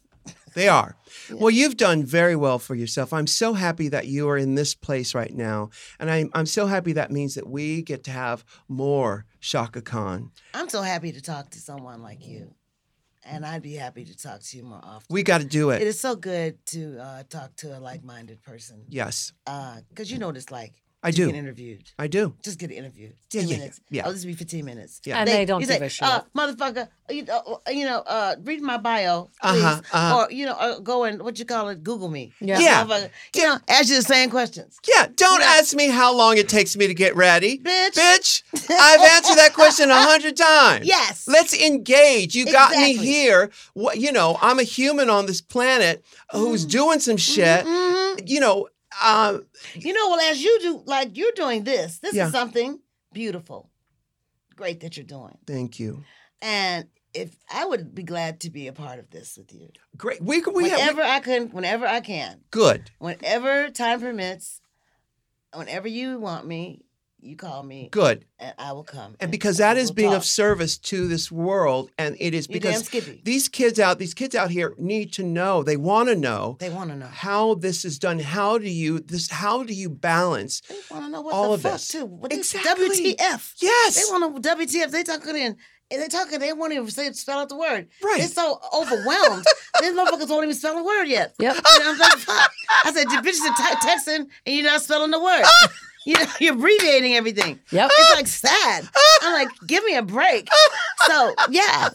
S1: They are. Well, you've done very well for yourself. I'm so happy that you are in this place right now. And I'm, I'm so happy that means that we get to have more Shaka Khan.
S2: I'm so happy to talk to someone like you, and I'd be happy to talk to you more often.
S1: We got to do
S2: It
S1: it.
S2: is so good to uh, talk to a like-minded person.
S1: Yes,
S2: Because you know what it's like.
S1: I
S2: to
S1: do.
S2: Get interviewed.
S1: I do.
S2: Just get interviewed.
S1: Yeah,
S2: 10
S1: yeah, yeah,
S2: minutes.
S1: yeah.
S2: Oh, this will be 15 minutes.
S1: Yeah.
S4: And they don't
S2: you
S4: give
S2: say,
S4: a shit.
S2: Uh, motherfucker, you know, uh, you know uh, read my bio, please.
S1: Uh-huh, uh-huh.
S2: Or, you know, uh, go and, what you call it, Google me.
S4: Yeah.
S1: Yeah.
S2: Motherfucker, You know, ask you the same questions.
S1: Yeah, don't
S2: Yeah.
S1: ask me how long it takes me to get ready.
S2: Bitch.
S1: I've answered that question a hundred times.
S2: Yes.
S1: Let's engage. You got me
S2: Exactly.
S1: here. What you know, I'm a human on this planet
S2: Mm.
S1: who's doing some shit.
S2: Mhm.
S1: You know, um,
S2: You know, well, as you do, like you're doing this, this
S1: Yeah.
S2: is something beautiful, great that you're doing.
S1: thank you.
S2: And if I would be glad to be a part of this with you,
S1: Great. We we have
S2: whenever I can, whenever I can,
S1: good.
S2: whenever time permits, whenever you want me, You call me,
S1: Good.
S2: and I will come.
S1: And because that is being of
S2: talk.
S1: service to this world, and it is
S2: You damn
S1: because
S2: skippy.
S1: these kids out, these kids out here need to know. They want to know
S2: They want to know.
S1: how this is done. How do you this? How do you balance?
S2: They want to know what
S1: all
S2: the
S1: of
S2: fuck
S1: this.
S2: too. What this
S1: Exactly.
S2: WTF?
S1: Yes,
S2: They want to WTF. They talking in. And they talking. They won't even say spell out the word.
S1: Right.
S2: They're so overwhelmed. These motherfuckers won't even spell the word yet.
S4: Yep.
S2: And I'm like, fuck. I said, you bitches are te- texting and you're not spelling the word. you know, you're abbreviating everything.
S4: Yep.
S2: It's like sad. I'm like, give me a break. So yeah,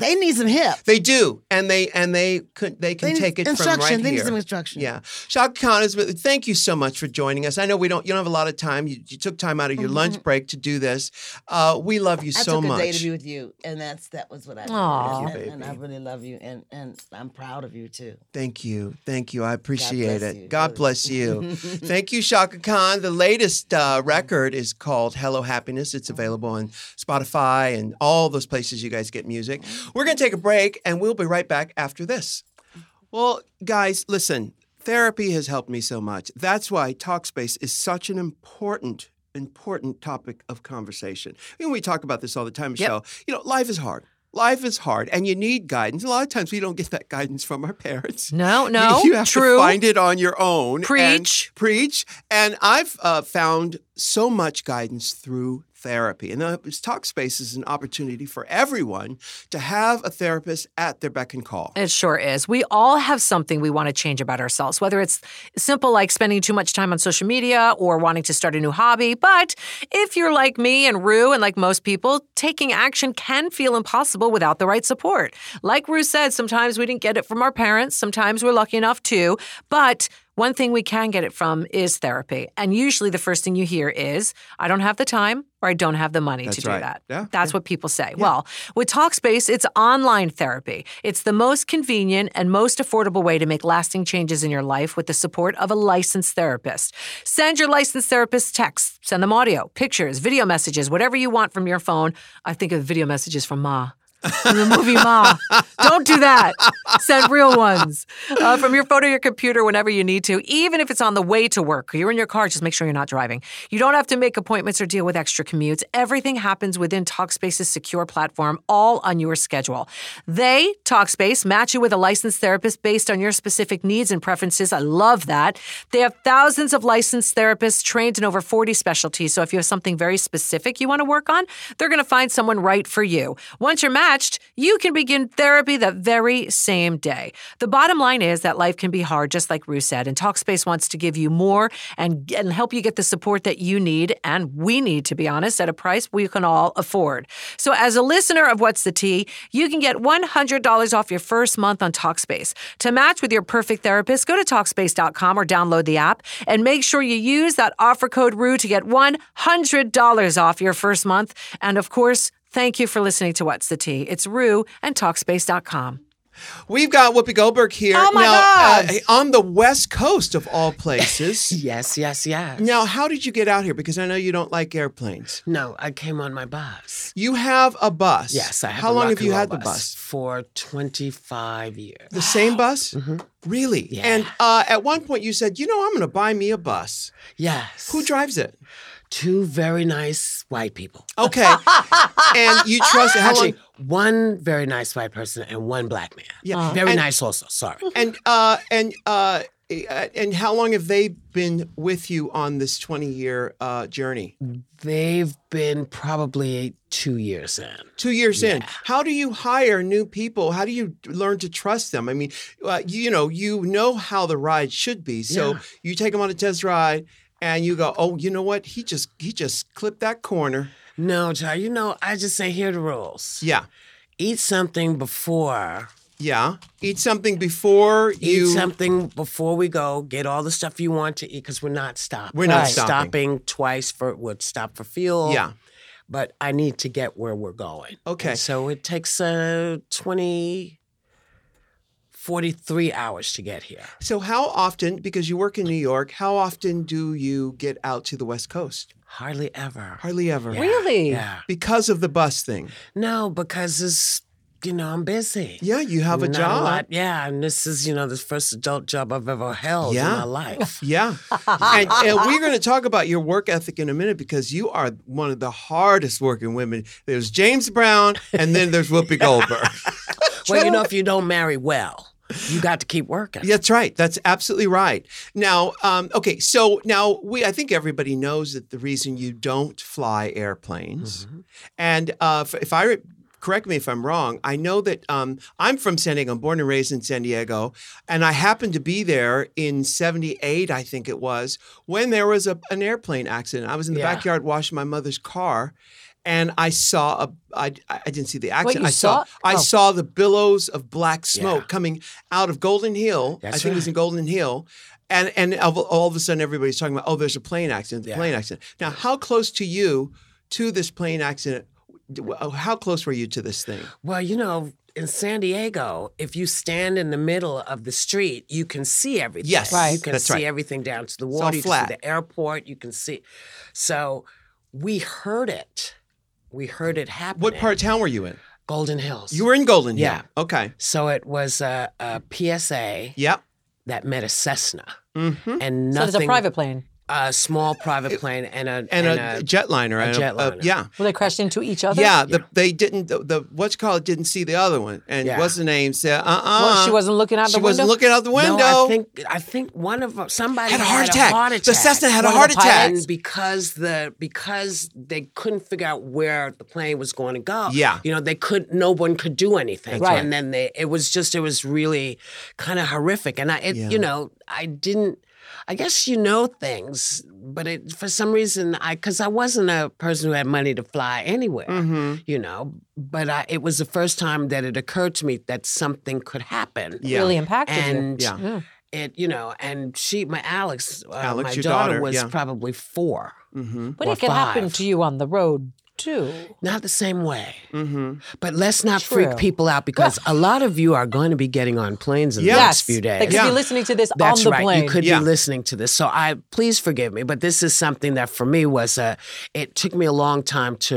S2: they need some help.
S1: they do, and they and they could they
S2: They
S1: can
S2: need
S1: take it
S2: instruction.
S1: from right
S2: they need
S1: here.
S2: some instruction.
S1: Yeah. Shaka Khan is with thank you so much for joining us. I know we don't you don't have a lot of time. You, you took time out of your lunch break to do this. Uh, we love you
S2: I
S1: so
S2: took Mm-hmm. a
S1: much.
S2: day to be with you, and that's that was what I did.
S4: Aw.
S1: Thank you,
S2: and, and I
S1: baby.
S2: really love you, and and I'm proud of you too.
S1: Thank you. Thank you. I appreciate
S2: bless
S1: it.
S2: you.
S1: God
S2: Really.
S1: bless you. Thank you, Shaka Khan. The latest uh, record is called Hello Happiness.
S2: Mm-hmm.
S1: It's available on Spotify and all those places you guys get music. We're going to take a break and we'll be right back after this. Well, guys, listen, therapy has helped me so much. That's why Talkspace is such an important, important topic of conversation. I mean, we talk about this all the time, Michelle. You know, life is hard. Life is hard, and you need guidance. A lot of times, we don't get that guidance from our parents.
S4: No, no.
S1: You have
S4: true.
S1: to find it on your own. and
S4: Preach.
S1: preach. And I've uh, found so much guidance through therapy. And uh, Talkspace is an opportunity for everyone to have a therapist at their beck and call.
S4: It sure is. We all have something we want to change about ourselves, whether it's simple like spending too much time on social media or wanting to start a new hobby. But if you're like me and Rue, and like most people, taking action can feel impossible without the right support. Like Rue said, sometimes we didn't get it from our parents, sometimes we're lucky enough to. But one thing we can get it from is therapy. And usually the first thing you hear is, I don't have the time or I don't have the money to
S1: That's
S4: do
S1: right.
S4: that.
S1: Yeah.
S4: That's what people say. Well, with Talkspace, it's online therapy. It's the most convenient and most affordable way to make lasting changes in your life with the support of a licensed therapist. Send your licensed therapist texts, send them audio, pictures, video messages, whatever you want from your phone. I think of video messages from Ma. From the movie Ma. Don't do that. Send real ones uh, from your phone or your computer whenever you need to, even if it's on the way to work or you're in your car, just make sure you're not driving. You don't have to make appointments or deal with extra commutes. Everything happens within Talkspace's secure platform, all on your schedule. They, Talkspace, match you with a licensed therapist based on your specific needs and preferences. I love that. They have thousands of licensed therapists trained in over 40 specialties. So if you have something very specific you want to work on, they're going to find someone right for you. Once you're matched, you can begin therapy the very same day. The bottom line is that life can be hard, just like Rue said, and Talkspace wants to give you more and, and help you get the support that you need and we need, to be honest, at a price we can all afford. So, as a listener of What's the Tea, you can get $100 off your first month on Talkspace. To match with your perfect therapist, go to Talkspace.com or download the app and make sure you use that offer code RUE to get $100 off your first month. And of course, thank you for listening to What's the Tea. It's Rue and Talkspace.com.
S1: We've got Whoopi Goldberg here.
S4: Oh, my
S1: now,
S4: God.
S1: uh, on the West Coast of all places.
S5: Yes, yes, yes.
S1: now, how did you get out here? Because I know you don't like airplanes.
S5: No, I came on my bus.
S1: You have a bus.
S5: Yes, I have.
S1: How
S5: a
S1: long
S5: rock
S1: have
S5: and
S1: you
S5: roll
S1: had the bus?
S5: For 25 years.
S1: The same bus? Really?
S5: Mm-hmm. Yeah.
S1: And uh, at one point you said, you know, I'm going to buy me a bus.
S5: Yes.
S1: Who drives it?
S5: Two very nice white people.
S1: Okay. and you trust it. How long?
S5: Actually, one very nice white person and one black man.
S1: Yeah.
S5: Very
S1: and,
S5: nice also, sorry.
S1: And, uh, and, uh, and how long have they been with you on this 20 year uh, journey?
S5: They've been probably two years in.
S1: two years in how do you hire new people how do you learn to trust them i mean uh, you know you know how the ride should be so
S5: Yeah.
S1: you take them on a test ride and you go oh you know what he just he just clipped that corner
S5: No, child, you know, I just say here are the rules.
S1: yeah
S5: Eat something before
S1: yeah eat something before you
S5: eat something before we go. Get all the stuff you want to eat because we're not stopping.
S1: We're not
S5: Right.
S1: stopping.
S5: twice for would stop for fuel.
S1: yeah
S5: but I need to get where we're going.
S1: Okay.
S5: And so it takes uh, 20, 43 hours to get here.
S1: so how often because you work in new york how often do you get out to the west coast
S5: Hardly ever.
S1: hardly ever
S5: Yeah,
S4: Really?
S5: Yeah.
S1: because of the bus thing
S5: No, because it's you know, I'm busy.
S1: Yeah, you have a
S5: Not
S1: job.
S5: lot- yeah, and this is, you know, the first adult job I've ever held
S1: Yeah.
S5: in my life.
S1: Yeah. and, and we're going to talk about your work ethic in a minute because you are one of the hardest working women. There's James Brown and then there's Whoopi Goldberg.
S5: well, you know, if you don't marry well, you got to keep working.
S1: That's right. That's absolutely right. Now, um, okay, so now we I think everybody knows that the reason you don't fly airplanes, and uh, if, if I re- correct me if I'm wrong, I know that um, I'm from San Diego. I'm born and raised in San Diego, and I happened to be there in '78, I think it was, when there was a, an airplane accident. I was in the
S5: Yeah.
S1: backyard washing my mother's car. And I saw a. I, I didn't see the accident.
S4: you
S1: I saw.
S4: saw it?
S1: I
S4: Oh.
S1: saw the billows of black smoke
S5: Yeah.
S1: coming out of Golden Hill. I
S5: That's
S1: think it was in
S5: right.
S1: Golden Hill. And and all, all of a sudden everybody's talking about, oh, there's a plane accident, the
S5: Yeah.
S1: plane accident. Now, how close to you to this plane accident? oh, How close were you to this thing?
S5: Well, you know, in San Diego, if you stand in the middle of the street, you can see everything.
S1: Yes,
S5: You
S1: Right.
S5: can
S1: that's
S5: see
S1: right.
S5: everything down to the
S1: all
S5: water, you
S1: flat.
S5: can see the airport, you can see. So we heard it. We heard it happen.
S1: What part of town were you in?
S5: Golden Hills.
S1: You were in Golden Hill.
S5: Yeah.
S1: Okay.
S5: so it was a, a PSA
S1: Yep.
S5: that met a Cessna
S1: Mm-hmm.
S5: and
S4: So
S5: nothing.
S4: there's a private plane.
S5: a small private plane and a
S1: And, a, jetliner. and
S5: jetliner.
S1: yeah.
S4: Well, they crashed into each other.
S1: Yeah, the, they didn't. The, the what's called didn't see the other one, and
S5: Yeah.
S1: what's the name said, "Uh, uh
S4: Well, she wasn't looking out
S1: She
S4: the window.
S1: wasn't looking out the window.
S5: No, I think I think one of somebody
S1: Had a heart attack.
S5: heart
S1: The
S5: attack.
S1: Cessna had a
S5: One of
S1: heart
S5: the
S1: attack.
S5: pilots, because the because they couldn't figure out where the plane was going to go.
S1: Yeah.
S5: you know they could. No one could do anything.
S4: That's right.
S5: and then they it was just it was really kind of horrific. And I it,
S1: Yeah.
S5: you know I didn't. I guess you know things, but it, for some reason, I because I wasn't a person who had money to fly anywhere,
S1: Mhm.
S5: you know. But I, it was the first time that it occurred to me that something could happen
S1: Yeah.
S4: Really impacted
S5: and
S1: Yeah.
S4: Yeah.
S5: it you know and she my alex, uh,
S1: Alex,
S5: my
S1: your
S5: daughter,
S1: daughter,
S5: was
S1: yeah.
S5: probably four
S1: Mm-hmm.
S4: you. But
S5: or
S4: it can happen
S5: five.
S4: to you on the road too.
S5: not the same way
S1: Mm-hmm.
S5: but let's not
S4: True.
S5: freak people out because a lot of you are going to be getting on planes in
S1: Yes.
S5: the next
S4: They
S5: few days
S4: could
S1: Yeah.
S4: be listening to this
S5: that's
S4: on the
S5: right.
S4: plane.
S5: You could
S1: Yeah.
S5: be listening to this, so I please forgive me, but this is something that for me was a. It took me a long time to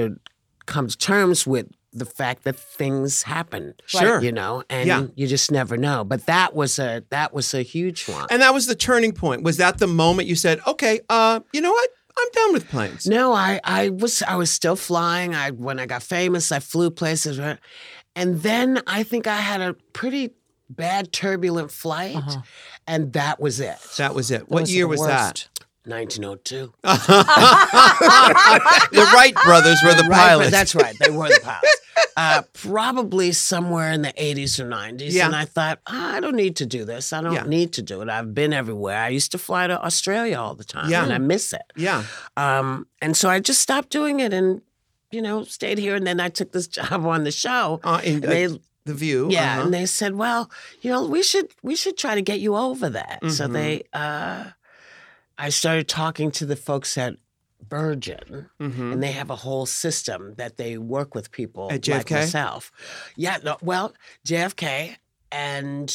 S5: come to terms with the fact that things happen.
S1: Sure.
S5: you know, and
S1: Yeah.
S5: you just never know. But that was a that was a huge one.
S1: And that was the turning point. Was that the moment you said, "Okay, uh, you know what? I'm done with planes."
S5: No, I, I was I was still flying. I when I got famous, I flew places, where- and then I think I had a pretty bad turbulent flight,
S1: Uh-huh.
S5: and that was it.
S1: That was it. what
S4: was
S1: year
S4: the
S1: was
S4: worst.
S5: 1902.
S1: that? the Wright brothers were the
S5: Right, but
S1: pilots.
S5: that's right. They were the pilots. Uh, probably somewhere in the 80s or 90s.
S1: Yeah.
S5: And I thought, "Ah, I don't need to do this. I don't
S1: Yeah.
S5: need to do it. I've been everywhere. I used to fly to Australia all the time,
S1: Yeah.
S5: and I miss it.
S1: yeah.
S5: Um, and so I just stopped doing it and, you know, stayed here. And then I took this job on the show.
S1: Uh, in,
S5: and they,
S1: the view.
S5: yeah,
S1: uh-huh.
S5: and they said, well, you know, we should we should try to get you over that. So
S1: Mhm.
S5: they, uh, I started talking to the folks at Virgin,
S1: Mhm.
S5: and they have a whole system that they work with people
S1: At
S5: like
S1: JFK?
S5: myself. Yeah, no, well, JFK, and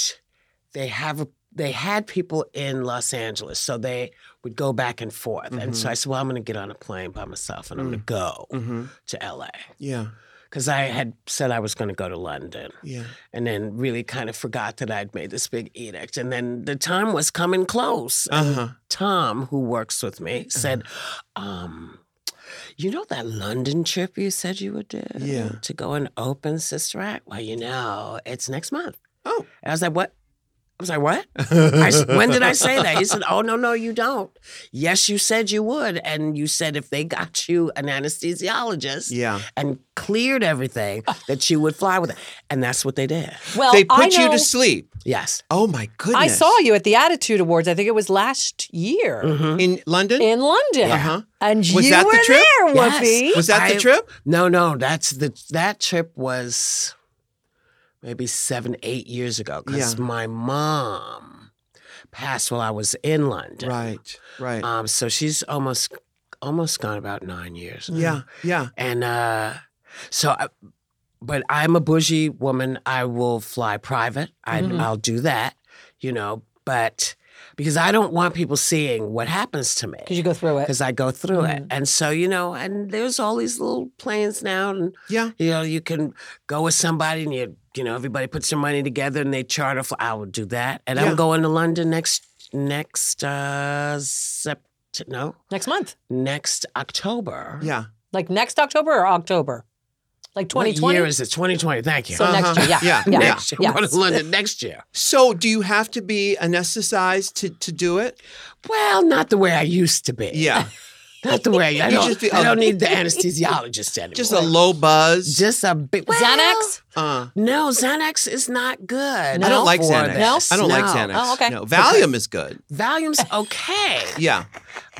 S5: they have a, they had people in Los Angeles, so they would go back and forth. And so I said, well, I'm going to get on a plane by myself, and I'm going to go
S1: Mhm.
S5: to LA
S1: Yeah.
S5: because I had said I was going to go to London
S1: Yeah.
S5: and then really kind of forgot that I'd made this big edict. And then the time was coming close.
S1: Uh huh.
S5: Tom, who works with
S1: Uh-huh.
S5: me, said, um, you know that London trip you said you would do?
S1: Yeah.
S5: To go and open Sister Act? Well, you know, it's next month.
S1: Oh.
S5: And I was like, what? I was like, what? I s when did I say that? He said, oh, no, no, you don't. Yes, you said you would. And you said if they got you an anesthesiologist
S1: Yeah.
S5: and cleared everything, that you would fly with it. And that's what they did.
S4: Well,
S1: they
S4: I
S1: put you
S4: know-
S1: to sleep.
S5: Yes.
S1: Oh my goodness.
S4: I saw you at the Attitude Awards. I think it was last year
S1: in London.
S4: in London,
S1: Uh-huh.
S4: and
S1: Mm-hmm. Was
S4: you
S1: that the
S4: were
S1: trip?
S4: there,
S5: Yes.
S4: Whoopi.
S1: was that the
S5: I-
S1: trip?
S5: No, no, that's the that trip was maybe seven, eight years ago because
S1: Yeah.
S5: my mom passed while I was in London.
S1: Right. Right.
S5: Um, so she's almost almost gone about nine years. now.
S1: yeah. Yeah.
S5: and uh, so, I, but I'm a bougie
S1: Mm-hmm.
S5: woman. I will fly private. I, I'll do that, you know. But because I don't want people seeing what happens to me
S3: Because you go through it.
S5: because I go through it.
S3: Mhm.
S5: And so, you know, and there's all these little plans now and
S1: Yeah.
S5: you know, you can go with somebody and you you know, everybody puts their money together and they charter fl- I will do that. And
S1: Yeah.
S5: I'm going to London next next uh sept no,
S3: Next month.
S5: next October.
S1: Yeah.
S3: Like next October or October? Like
S5: What
S3: 2020?
S5: year is it? 2020. Thank you.
S3: So next year. Yeah.
S1: Uh-huh. Yeah.
S3: Yeah.
S5: next year.
S3: yeah.
S5: I'm going to London next year.
S1: So do you have to be anesthetized to, to do it?
S5: Well, not the way I used to be.
S1: Yeah.
S5: Not the way I
S1: You
S5: don't.
S1: just be-
S5: I don't need the anesthesiologist anymore.
S1: Just a low buzz.
S5: just a big
S3: Xanax?
S1: uh,
S5: No, Xanax is not good.
S1: I don't like
S5: for
S1: Xanax.
S5: this.
S1: I don't like
S5: No.
S1: Xanax.
S3: Oh, okay.
S1: No. Valium is good.
S5: Valium's okay,
S1: Yeah.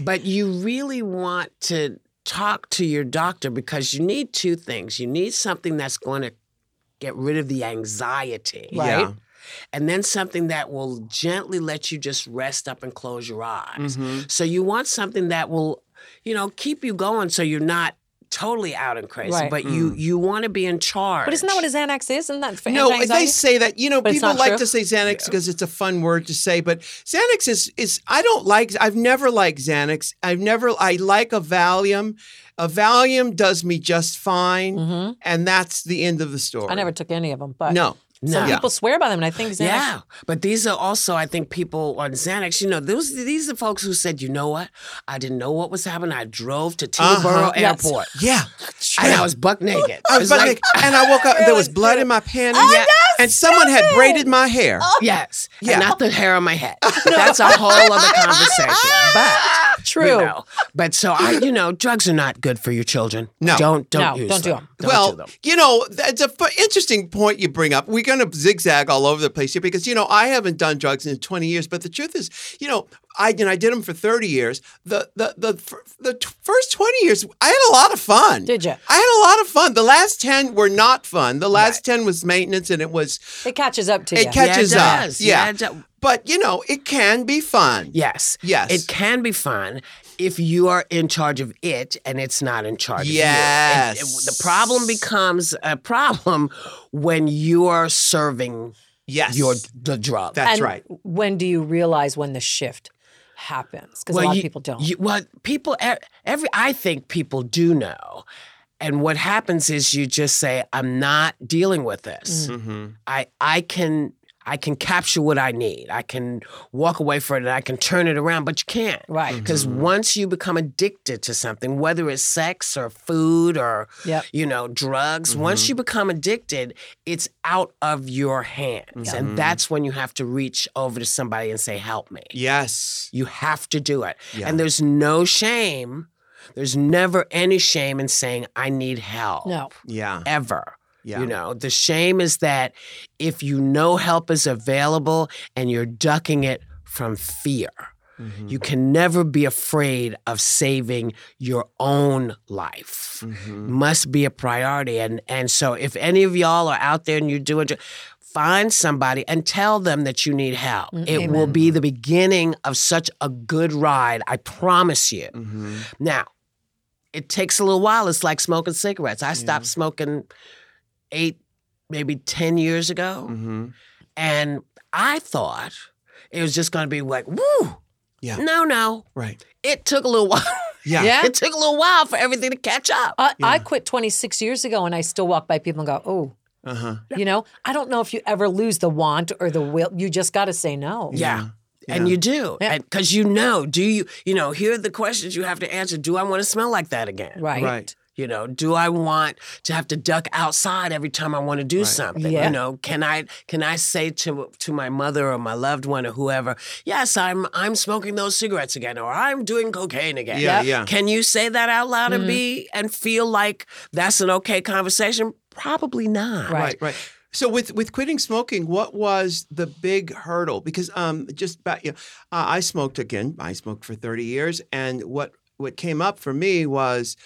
S5: but you really want to talk to your doctor because you need two things. You need something that's going to get rid of the anxiety,
S1: Yeah.
S5: and then something that will gently let you just rest up and close your eyes.
S1: Mhm.
S5: So you want something that will, you know, keep you going so you're not totally out and crazy,
S3: Right.
S5: but
S1: Mm.
S5: you you want to be in charge.
S3: But isn't that what a Xanax is? Isn't that for
S1: No,
S3: anxiety?
S1: they say that. You know,
S3: But it's
S1: people
S3: not
S1: like
S3: true?
S1: to say Xanax because it's a fun word to say, but Xanax is is I don't like. I've never liked Xanax. I've never. I like a Valium. A Valium does me just fine,
S3: Mhm.
S1: and that's the end of the story.
S3: I never took any of them, but
S1: No.
S3: some
S5: No.
S3: people swear by them, and I think Xanax.
S5: Yeah, but these are also, I think, people on Xanax. You know, those these are folks who said, you know what, I didn't know what was happening. I drove to Teterboro
S1: Uh-huh.
S3: Yes.
S5: Airport
S1: Yeah.
S5: and I was buck naked.
S1: I
S5: It's
S1: was about to
S5: like-
S1: make- and I woke up. There was blood in my panties.
S5: Yeah.
S1: and someone had braided my hair.
S3: Oh,
S5: Yes,
S1: Yeah.
S5: and not the hair on my head. That's a whole other conversation. But
S3: True.
S5: You know, but so I, you know, drugs are not good for your children.
S1: No.
S5: don't don't
S3: No,
S5: use
S3: don't do
S5: them.
S3: them.
S5: Don't
S1: well,
S5: do them.
S1: you know, that's a f- interesting point you bring up. We're going to zigzag all over the place here because you know I haven't done drugs in 20 years, but the truth is, you know, I and I did them for 30 years. The the the fir- the t- first 20 years, I had a lot of fun.
S3: Did ya?
S1: I had a lot of fun. The last 10 were not fun. The last 10 was maintenance, and it was.
S3: It catches up to
S1: It
S3: you.
S1: catch- Catches
S5: yeah,
S1: up.
S5: it does.
S1: Yeah.
S5: it do-
S1: But you know, it can be fun.
S5: Yes.
S1: Yes.
S5: It can be fun if you are in charge of it and it's not in charge of you. It-
S1: Yes.
S5: it- the problem becomes a problem when you are serving
S1: Yes,
S5: your the drug.
S1: that's
S3: And
S1: right.
S3: When do you realize when the shift happens? Because a lot
S5: you-
S3: of people don't.
S5: you- well, people e- every I think people do know. And what happens is you just say, I'm not dealing with this.
S1: Mm-hmm.
S5: I I can I can capture what I need. I can walk away from it. I can turn it around, but you can't.
S3: right.
S5: Because once you become addicted to something, whether it's sex or food or
S3: Yep.
S5: you know drugs, once you become addicted, it's out of your hands, and that's when you have to reach over to somebody and say, "Help me."
S1: Yes,
S5: You have to do it,
S1: Yeah.
S5: and there's no shame. There's never any shame in saying, "I need help."
S3: No.
S1: yeah,
S5: ever.
S1: yeah.
S5: You know, the shame is that if you know help is available and you're ducking it from fear,
S1: Mhm.
S5: you can never be afraid of saving your own life.
S1: Mhm.
S5: Must be a priority. And and so if any of y'all are out there and you're doing find somebody and tell them that you need help. It will be the beginning of such a good ride, I promise you.
S1: Mhm.
S5: Now, it takes a little while. It's like smoking cigarettes. I stopped smoking eight, maybe 10 years ago.
S1: Mhm.
S5: And I thought it was just going to be like, woo.
S1: Yeah.
S5: No, no.
S1: Right.
S5: It took a little while.
S1: Yeah.
S3: Yeah.
S5: it took a little while for everything to catch up.
S3: I, I quit 26 years ago, and I still walk by people and go, "Oh,
S1: Uh huh.
S3: you know." I don't know if you ever lose the want or the will. You just got to say no.
S5: yeah.
S1: Yeah.
S5: And you do.
S3: Yeah.
S5: Because you know, do you, you know, here are the questions you have to answer. Do I want to smell like that again?
S3: Right.
S1: Right.
S5: You know, do I want to have to duck outside every time I want to do something?
S3: Yeah.
S5: You know, can I can I say to to my mother or my loved one or whoever, yes, I'm I'm smoking those cigarettes again or I'm doing cocaine again.
S1: Yeah, Yep. yeah.
S5: Can you say that out loud
S3: Mm-hmm.
S5: and be and feel like that's an okay conversation? Probably not.
S3: Right.
S1: right right so with with quitting smoking what was the big hurdle because um just about you know, uh, i smoked again i smoked for 30 years and what what came up for me was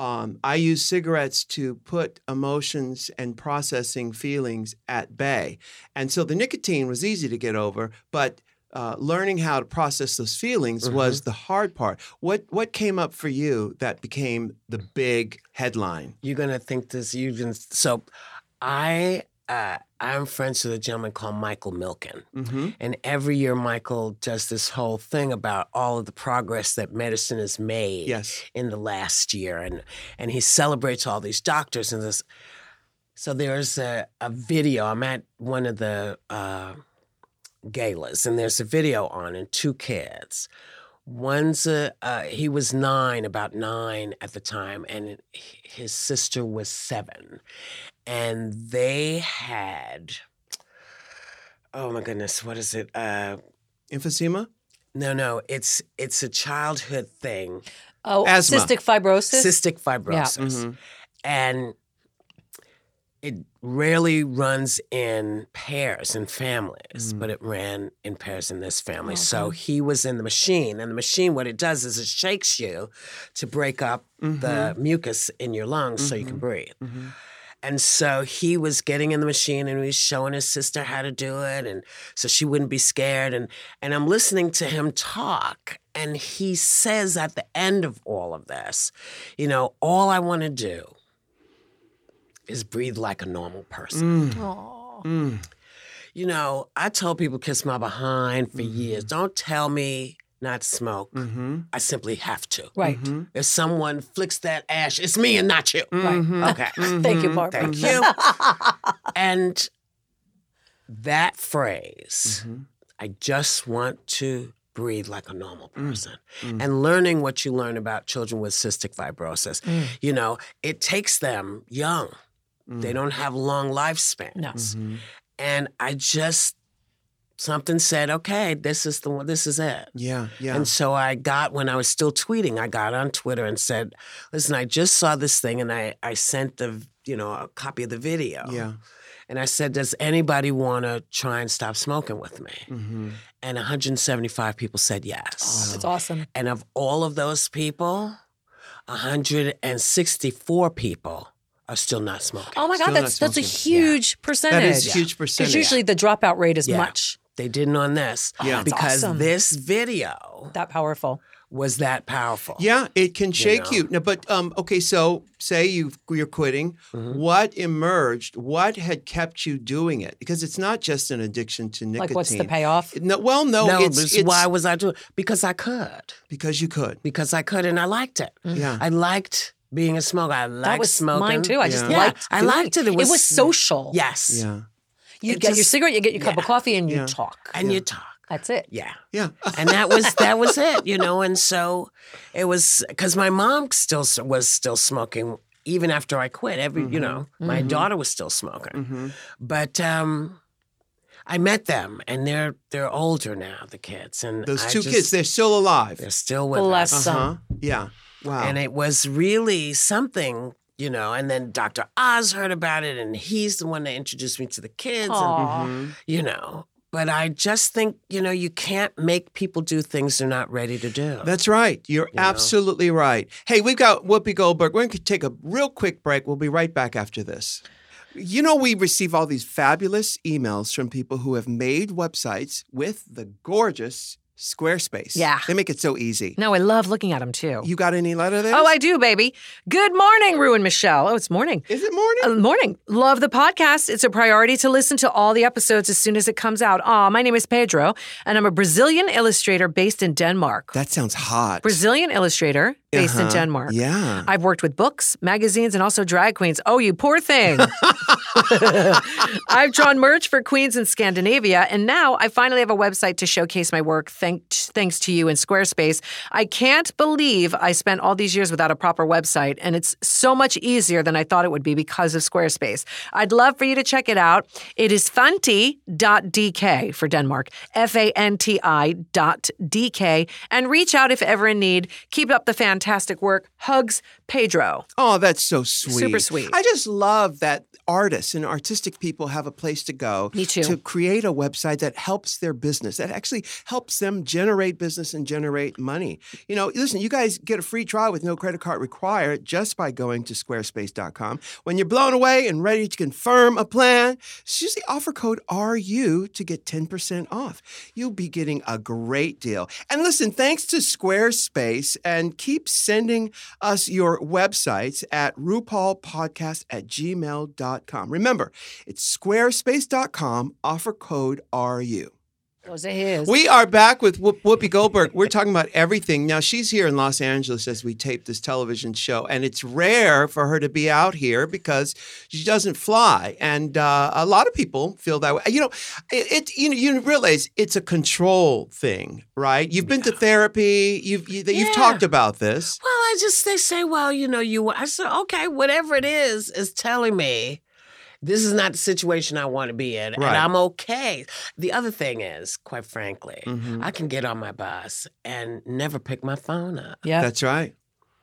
S1: um, I use cigarettes to put emotions and processing feelings at bay. And so the nicotine was easy to get over, but uh, learning how to process those feelings was the hard part. What what came up for you that became the big headline?
S5: You're gonna think this you can so I uh, I'm friends with a gentleman called Michael Milken.
S1: Mm-hmm.
S5: And every year, Michael does this whole thing about all of the progress that medicine has made
S1: Yes.
S5: in the last year, and and he celebrates all these doctors and this. So there's a, a video. I'm at one of the uh, galas, and there's a video on, and two kids. One's a, uh, he was nine, about nine at the time, and h- his sister was seven, and they had. Oh my goodness, what is it? Uh,
S1: Emphysema?
S5: no, no, it's it's a childhood thing.
S3: Oh,
S1: Asthma.
S3: cystic fibrosis.
S5: cystic fibrosis.
S1: mm-hmm.
S5: And it rarely runs in pairs in families,
S1: Mm.
S5: but it ran in pairs in this family. so he was in the machine, and the machine, what it does is it shakes you to break up the mucus in your lungs so you can breathe.
S1: Mhm.
S5: And so he was getting in the machine and he was showing his sister how to do it and so she wouldn't be scared and and I'm listening to him talk and he says at the end of all of this, you know, all I want to do is breathe like a normal
S3: Mm.
S5: person.
S1: Mm-hmm.
S5: You know, I told people kiss my behind for
S3: Mm-hmm.
S5: years. Don't tell me not to smoke.
S1: Mm-hmm.
S5: I simply have to.
S3: Mm.
S5: Mm-hmm.
S3: Right.
S5: If someone flicks that ash, it's me and not you.
S3: Right. Mm-hmm.
S5: Okay.
S3: Thank
S1: Mm-hmm.
S3: you, Barbara.
S5: Thank you. and that phrase,
S3: Mm-hmm.
S5: I just want to breathe like a normal
S3: Mm.
S5: person. And learning what you learn about children with cystic fibrosis,
S3: Mm.
S5: you know, it takes them young.
S1: mm-hmm,
S5: They don't have long lifespans.
S3: Mm. No.
S5: And I just something said, okay, this is the one this is it.
S1: Yeah, yeah.
S5: And so I got, when I was still tweeting, I got on Twitter and said, listen, I just saw this thing and I, I sent the, you know, a copy of the video.
S1: yeah.
S5: And I said, does anybody want to try and stop smoking with me?
S1: Mm-hmm.
S5: And 175 people said yes.
S3: It's awesome.
S5: And of all of those people, 164 people are still not smoking.
S3: Oh my
S1: Still
S3: God, that's
S1: not
S3: that's a
S1: smoking.
S3: huge percentage.
S1: That is huge percentage.
S3: Because usually the dropout rate is
S5: Yeah.
S3: much
S5: They didn't on this
S1: Yeah.
S3: that's
S5: because
S3: awesome.
S5: this video
S3: that powerful.
S5: was that powerful.
S1: Yeah, it can shake
S5: know?
S1: you. No, but um, okay, so say you you're quitting.
S5: Mm-hmm.
S1: What emerged? What had kept you doing it? Because it's not just an addiction to nicotine.
S3: Like, what's the payoff?
S1: No, well, no,
S5: no,
S1: it's,
S5: it's,
S1: it's
S5: why was I doing? Because I could.
S1: because you could.
S5: Because I could, and I liked it.
S1: Yeah,
S5: Mm-hmm. I liked being a smoker. I liked
S3: Mm-hmm. that was
S5: smoking.
S3: mine too. I just
S1: Yeah.
S3: liked.
S5: I
S3: doing
S5: liked it. It was-
S3: social.
S5: Yes.
S1: yeah,
S3: you
S5: It
S3: get your
S5: just-
S3: cigarette, you get your cup of coffee, and you
S1: Yeah.
S3: talk.
S5: And you talk.
S3: That's it.
S5: Yeah.
S1: yeah.
S5: And that was that was it, you know. And so it was because my mom still s- was still smoking even after I quit. Every
S1: Mm-hmm.
S5: you know,
S3: Mm-hmm.
S5: my daughter was still smoking,
S1: Mhm.
S5: but um, I met them, and they're they're older now, the kids, and
S1: Those
S5: I
S1: two
S5: just-
S1: kids, they're still alive.
S5: they're still with
S3: Bless
S5: us.
S1: Uh huh. Yeah. Wow.
S5: And it was really something, you know. And then Dr. Oz heard about it, and he's the one that introduced me to the kids, and,
S3: Aw.
S1: Mhm.
S5: you know. But I just think, you know, you can't make people do things they're not ready to do.
S1: That's right. You're
S5: know?
S1: absolutely right. Hey, we've got Whoopi Goldberg. We're going to take a real quick break. We'll be right back after this. You know, we receive all these fabulous emails from people who have made websites with the gorgeous Squarespace.
S4: Yeah.
S1: They make it so easy.
S4: No, I love looking at them too.
S1: You got any letter there?
S4: Oh, I do, baby. Good morning, Rue and Michelle. Oh, it's morning.
S1: Is it morning?
S4: Uh, morning. Love the podcast. It's a priority to listen to all the episodes as soon as it comes out. Ah, my name is Pedro, and I'm a Brazilian illustrator based in Denmark.
S1: that sounds hot.
S4: Brazilian illustrator based in
S1: Uh-huh.
S4: Denmark.
S1: Yeah.
S4: I've worked with books, magazines, and also drag queens. Oh, you poor thing. I've drawn merch for queens in Scandinavia, and now I finally have a website to showcase my work thanks, thanks to you and Squarespace. I can't believe I spent all these years without a proper website, and it's so much easier than I thought it would be because of Squarespace. I'd love for you to check it out. It is fanti.dk for Denmark, F A N T I dot DK, and reach out if ever in need. Keep up the fantastic work. Hugs, Pedro.
S1: Oh, that's so sweet.
S4: Super sweet.
S1: I just love that artists and artistic people have a place to go.
S4: Me too.
S1: To create a website that helps their business, that actually helps them generate business and generate money. You know, listen, you guys get a free trial with no credit card required just by going to squarespace.com. When you're blown away and ready to confirm a plan, just use the offer code RU to get 10% off. You'll be getting a great deal. And listen, thanks to Squarespace and keep keep sending us your websites at rupaulpodcast at gmail.com. Remember, it's squarespace.com, offer code RU.
S3: Those are his.
S1: We are back with Whoop, Whoopi Goldberg. We're talking about everything. Now, she's here in Los Angeles as we tape this television show, and it's rare for her to be out here because she doesn't fly. And uh, a lot of people feel that way. You know, it, it you know you realize it's a control thing, right? You've been to therapy. You've you, you've
S5: Yeah.
S1: talked about this.
S5: Well, I just they say, well, you know, you. I said, okay, whatever it is, is telling me this is not the situation I want to be in,
S1: Right.
S5: and I'm okay. The other thing is, quite frankly,
S1: Mhm.
S5: I can get on my bus and never pick my phone up.
S3: yeah.
S1: That's right.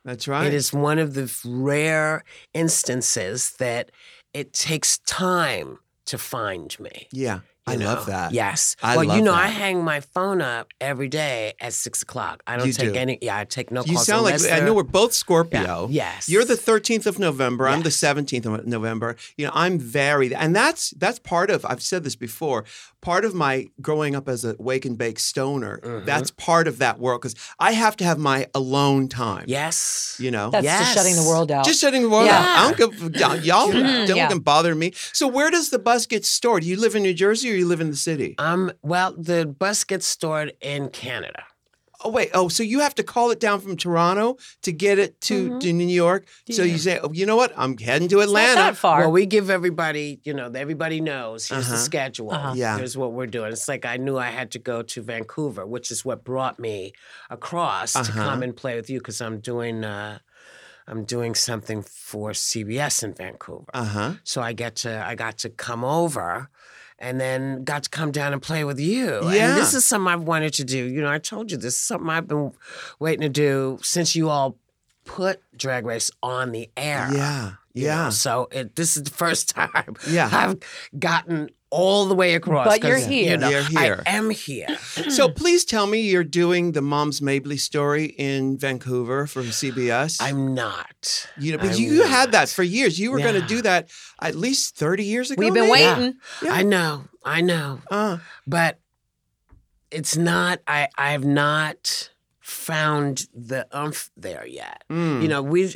S1: That's right.
S5: It is one of the rare instances that it takes time to find me.
S1: Yeah, I
S5: you
S1: love
S5: know?
S1: that.
S5: Yes.
S1: I
S5: well,
S1: love
S5: you know,
S1: that.
S5: I hang my phone up every day at six o'clock. I don't
S1: You
S5: take
S1: do.
S5: any. Yeah, I take no.
S1: You
S5: calls
S1: sound like
S5: unless
S1: I
S5: they're-
S1: know we're both
S5: Yeah,
S1: Scorpio.
S5: Yes.
S1: You're the 13th of November. I'm the
S5: Yes.
S1: 17th of November. You know, I'm very, and that's that's part of. I've said this before. Part of my growing up as a wake and bake stoner.
S5: Mhm.
S1: That's
S3: Mm-hmm.
S1: part of that world because I have to have my alone time.
S5: Yes.
S1: you know.
S3: That's
S5: Yes.
S3: just shutting the world out.
S1: Just shutting the world
S3: Yeah.
S1: out. I don't give y'all, y'all
S3: Mhm,
S1: don't
S3: yeah.
S1: even bother me. So where does the bus get stored? You live in New Jersey or you live in the city?
S3: Uh,
S5: Um. Well, the bus gets stored in Canada.
S1: Oh wait, oh, so you have to call it down from Toronto to get it to,
S5: Mhm.
S1: to New York. So
S5: Yeah.
S1: you say, oh, you know what? I'm heading to
S3: Mm-hmm. It's not
S1: Atlanta.
S3: that far.
S5: Well, we give everybody, you know, everybody knows here's the
S1: Uh-huh.
S5: schedule.
S3: Uh-huh.
S1: Yeah.
S5: Here's what we're doing. It's like I knew I had to go to Vancouver, which is what brought me across to
S1: Uh-huh.
S5: come and play with you because I'm doing uh, I'm doing something for CBS in Vancouver.
S1: Uh huh.
S5: So I get to I got to come over and then got to come down and play with you.
S1: Yeah.
S5: And this is something I've wanted to do. You know, I told you this is something I've been waiting to do since you all put Drag Race on the air.
S1: Yeah.
S5: you know.
S1: Yeah.
S5: So it, this is the first time
S1: Yeah.
S5: I've gotten all the way across.
S3: But you're
S5: 'cause,
S3: here.
S5: You know,
S1: You're here.
S5: I am here.
S1: So please tell me you're doing the Moms Mabley story in Vancouver from CBS.
S5: I'm not.
S1: you know, but
S5: I'm
S1: you, you had
S5: not.
S1: that for years. You were going to
S5: Yeah.
S1: do that at least 30 years ago.
S3: We've been
S1: maybe?
S3: waiting.
S1: Yeah.
S5: I know. I know.
S1: Uh,
S5: but it's not i i've not found the umph there yet
S1: mm,
S5: you know we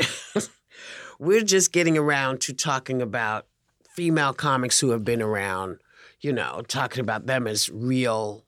S5: we're just getting around to talking about female comics who have been around you know talking about them as real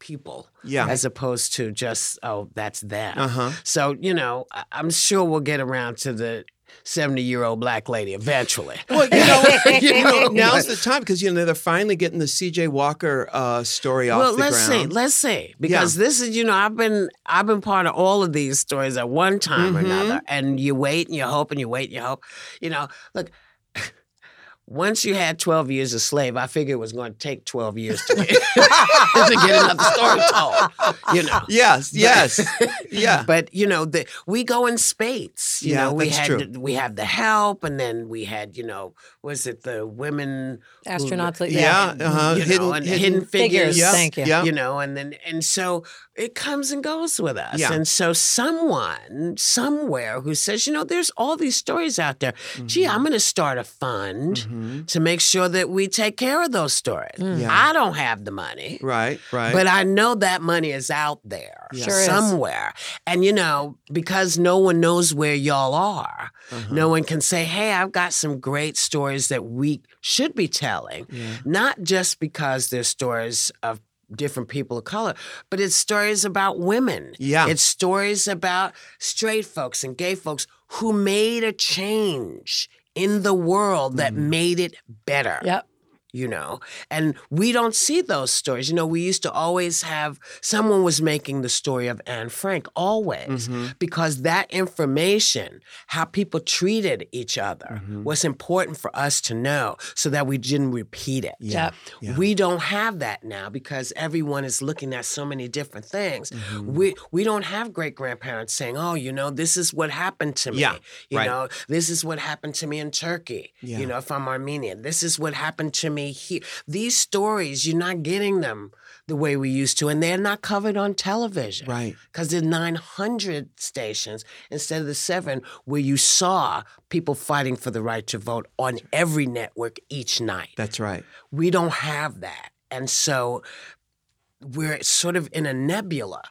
S5: people
S1: yeah.
S5: as opposed to just oh that's them
S1: Uh huh.
S5: so you know I- i'm sure we'll get around to the 70 year old black lady eventually
S1: Well, you know,
S5: You know,
S1: now's
S5: but-
S1: the time because you know they're finally getting the C.J. Walker uh, story off
S5: well,
S1: the
S5: let's see.
S1: ground.
S5: Let's see. Because this is, you know, I've been I've been part of all of these stories at one time
S1: Mhm.
S5: or another. And you wait and you hope and you wait and you hope. You know, look, once you had 12 years a slave, I figured it was going to take 12 years to get, to get another story told. You know.
S1: Yes. Yes. yeah.
S5: But you know, the, we go in spates. You
S1: Yeah,
S5: know, we
S1: that's
S5: had
S1: true.
S5: the- we had the help, and then we had you know, was it the women
S3: Astronauts. like-
S1: Yeah. Uh-huh.
S5: you know,
S1: Hidden-
S5: and
S1: hidden
S5: hidden,
S3: Figures.
S5: figures?
S1: Yeah.
S3: Thank you.
S1: Yeah.
S5: you know and then and so it comes and goes with us
S1: Yeah.
S5: and so someone somewhere who says you know there's all these stories out there gee i'm
S1: Mm-hmm.
S5: going to start a fund
S1: Mhm.
S5: to make sure that we take care of those stories
S1: Yeah.
S5: i don't have the money
S1: Right. Right.
S5: But I know that money is out there
S1: Yeah.
S3: Sure is.
S5: somewhere. And you know, because no one knows where y'all are,
S1: Uh-huh.
S5: no one can say, hey, I've got some great stories that we should be telling
S1: Yeah.
S5: not just because they're stories of different people of color, but it's stories about women.
S1: Yeah.
S5: It's stories about straight folks and gay folks who made a change in the world that
S1: Mm.
S5: made it better.
S3: Yep.
S5: You know, and we don't see those stories. You know, we used to always have someone was making the story of Anne Frank always
S1: Mm-hmm.
S5: because that information, how people treated each other,
S1: Mm-hmm.
S5: was important for us to know so that we didn't repeat it.
S1: Yeah.
S3: Yep.
S1: Yeah.
S5: We don't have that now because everyone is looking at so many different things.
S1: Mm-hmm.
S5: We we don't have great grandparents saying, "Oh, you know, this is what happened to me."
S1: Yeah,
S5: You
S1: right.
S5: know, this is what happened to me in Turkey.
S1: Yeah.
S5: You know, if I'm Armenian, this is what happened to me here. These stories, you're not getting them the way we used to, and they're not covered on television
S1: Right.
S5: because there's 900 stations instead of the seven where you saw people fighting for the right to vote on every network each night.
S1: That's right.
S5: We don't have that. And so we're sort of in a nebula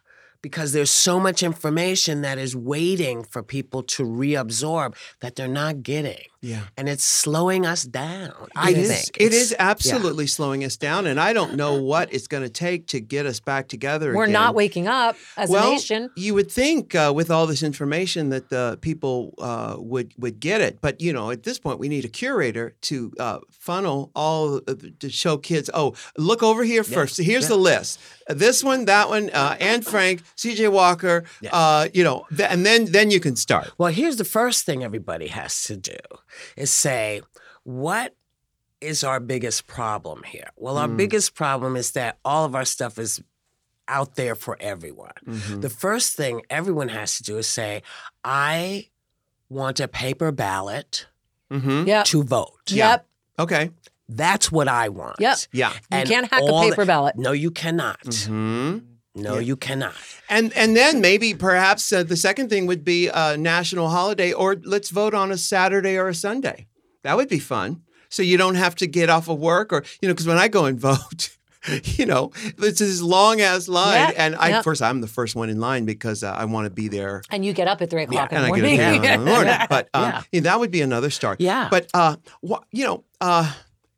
S5: because there's so much information that is waiting for people to reabsorb that they're not getting.
S1: Yeah.
S5: And it's slowing us down. I
S1: It
S5: think
S1: is. it
S5: It's-
S1: is absolutely slowing us down, and I don't know what it's going to take to get us back together.
S3: We're
S1: again.
S3: not waking up as
S1: well,
S3: a nation.
S1: You would think uh, with all this information that the people uh, would would get it, but you know, at this point, we need a curator to uh, funnel all uh, to show kids. Oh, look over here first. Here's the list. This one, that one, uh, Anne Frank, C.J. Walker. Uh, you know, th- and then then you can start.
S5: Well, here's the first thing everybody has to do is say, what is our biggest problem here? Well, our biggest problem is that all of our stuff is out there for everyone. The first thing everyone has to do is say, I want a paper ballot
S1: Mm-hmm.
S3: Yeah.
S5: to vote.
S3: Yep.
S1: Okay.
S5: That's what I want.
S3: Yep.
S1: Yeah.
S3: You
S5: And
S3: can't hack a
S5: all
S3: paper ballot.
S5: No, you cannot.
S1: Hmm.
S5: No, you cannot.
S1: And and then maybe perhaps uh, the second thing would be a national holiday, or let's vote on a Saturday or a Sunday. That would be fun. So you don't have to get off of work, or you know, because when I go and vote. You know, it's this long ass line,
S3: Yeah,
S1: and I,
S3: yeah.
S1: of course, I'm the first one in line because uh, I want to be there
S3: And you get up at three o'clock in
S1: and
S3: the
S1: I get
S3: morning.
S1: a down in the morning. But um,
S5: Yeah.
S1: you know, that would be another start.
S5: Yeah.
S1: But uh, wha- you know, uh,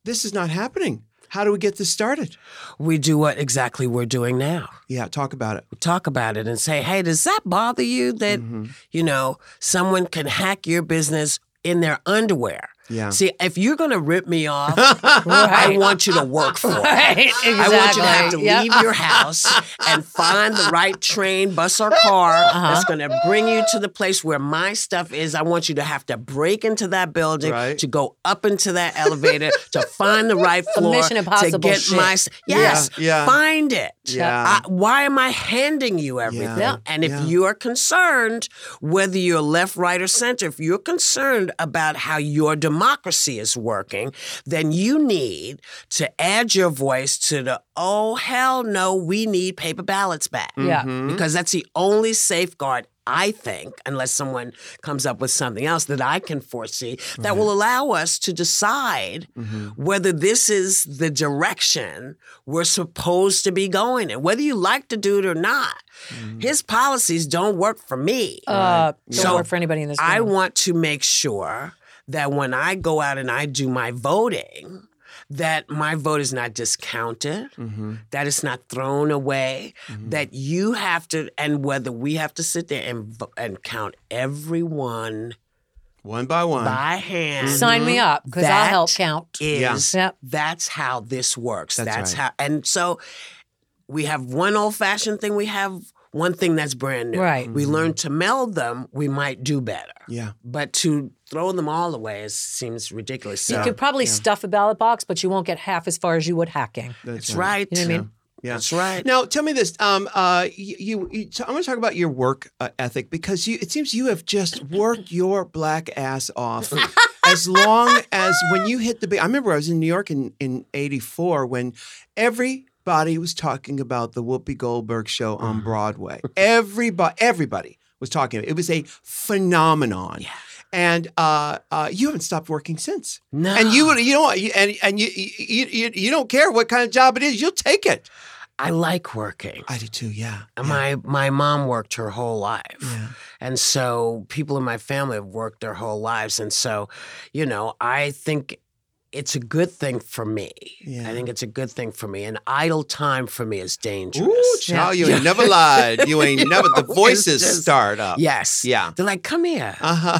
S1: this is not happening. How do we get this started?
S5: We do what exactly we're doing now.
S1: Yeah, talk about it.
S5: talk about it and say, hey, does that bother you that,
S1: Mm-hmm.
S5: you know, someone can hack your business in their underwear?
S1: Yeah.
S5: See, if you're going to rip me off, I want you to work for it. I want you to have to
S3: exactly. Yep.
S5: leave your house and find the right train, bus, or car
S3: Uh-huh.
S5: that's going to bring you to the place where my stuff is. I want you to have to break into that building,
S1: Right.
S5: to go up into that elevator, to find the right floor,
S3: Mission
S5: to
S3: Impossible
S5: get
S3: shit.
S5: my s- yes,
S1: yeah.
S5: find it.
S1: Yeah.
S5: I, why am I handing you everything?
S1: Yeah,
S5: And if
S1: yeah.
S5: you are concerned, whether you're left, right, or center, if you're concerned about how your democracy is working, then you need to add your voice to the oh hell no, we need paper ballots back.
S3: Yeah.
S1: Mm-hmm.
S5: Because that's the only safeguard. I think, unless someone comes up with something else that I can foresee, that will allow us to decide whether this is the direction we're supposed to be going in, whether you like the dude or not. His policies don't work for me.
S3: Uh, don't
S5: So,
S3: work for anybody in this
S5: I
S3: room.
S5: want to make sure that when I go out and I do my voting, that my vote is not discounted, that it's not thrown away, that you have to, and whether we have to sit there and vo- and count everyone
S1: One by one.
S5: by hand
S4: mm-hmm.
S3: Sign me up because I'll
S5: That-
S3: help count.
S5: is
S3: Yep.
S5: that's how this works.
S1: That's
S5: That's,
S1: right.
S5: how, and so we have one old fashioned thing. We have one thing that's brand new.
S3: Right.
S5: We learn to meld them. We might do better.
S1: Yeah.
S5: But to throw them all away is, seems ridiculous.
S3: You
S5: So-
S3: could probably stuff a ballot box, but you won't get half as far as you would hacking.
S5: that's right.
S3: You know what I mean?
S1: Yeah.
S5: That's right.
S1: Now, tell me this. Um, uh, you, you, you so I'm going to talk about your work uh, ethic because you, it seems you have just worked your black ass off. as long as when you hit the big, I remember I was in New York in in '84 when everybody was talking about the Whoopi Goldberg show on Broadway. Everybody, everybody was talking. It was a phenomenon. And uh, uh, you haven't stopped working since.
S5: No.
S1: And you would, you know, what, you- and and you, you you you don't care what kind of job it is. You'll take it.
S5: I like working.
S1: I do too. Yeah.
S5: And My my mom worked her whole life. And so people in my family have worked their whole lives. And so, you know, I think it's a good thing for me.
S1: Yeah.
S5: I think it's a good thing for me. And idle time for me is dangerous.
S1: Ooh, child, you ain't never lied. You ain't never. The voices
S5: just-
S1: start up.
S5: Yes.
S1: Yeah.
S5: They're like, come here.
S1: Uh huh.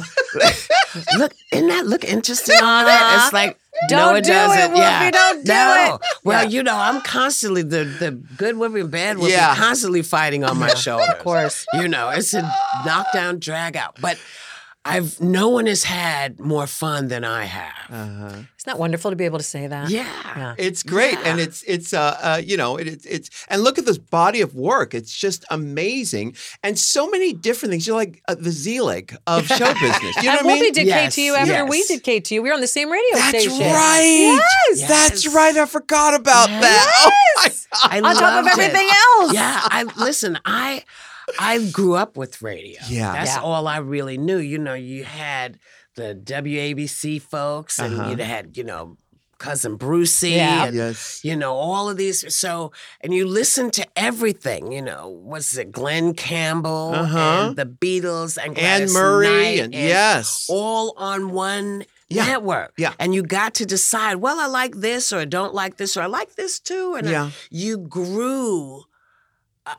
S5: look, isn't that look interesting on that? It's like no,
S3: Don't
S5: it
S3: do it,
S5: doesn't.
S3: Whoopi,
S5: yeah.
S3: don't do
S5: no.
S3: it.
S5: Well, you know, I'm constantly the the good Whoopi and bad Whoopi
S1: Yeah.
S5: constantly fighting on my shoulders.
S3: Of course.
S5: You know, it's a knockdown drag out. But I've no one has had more fun than I have.
S3: Isn't that wonderful to be able to say that?
S5: yeah.
S3: Uh-huh. Yeah.
S1: It's great, and it's it's uh, uh you know it, it's it's and look at this body of work. It's just amazing, and so many different things. You're like uh, the Zelig of show business. You know
S3: and
S1: what I
S3: Whoopi
S1: mean?
S3: did
S5: Yes,
S3: KTU after we
S5: yes.
S3: did KTU. We were on the same radio
S1: That's
S3: station.
S1: right.
S5: Yes.
S1: That's right. I forgot about that. Oh my God.
S5: I
S3: On top of
S5: loved it.
S3: everything else.
S5: Yeah, I listen. I I grew up with radio.
S1: Yeah.
S5: that's
S3: Yeah.
S5: all I really knew. You know, you had the WABC folks, and
S1: Uh-huh.
S5: you had you know cousin Brucey
S3: Yeah.
S5: and
S1: Yes.
S5: you know all of these so and you listen to everything you know what's it Glenn Campbell
S1: Uh-huh.
S5: and the Beatles and
S1: Anne
S5: Gladys
S1: Murray
S5: Knight
S1: and, yes.
S5: all on one
S1: Yeah.
S5: network
S1: Yeah.
S5: and you got to decide well I like this or I don't like this or I like this too and I-
S1: Yeah.
S5: you grew a,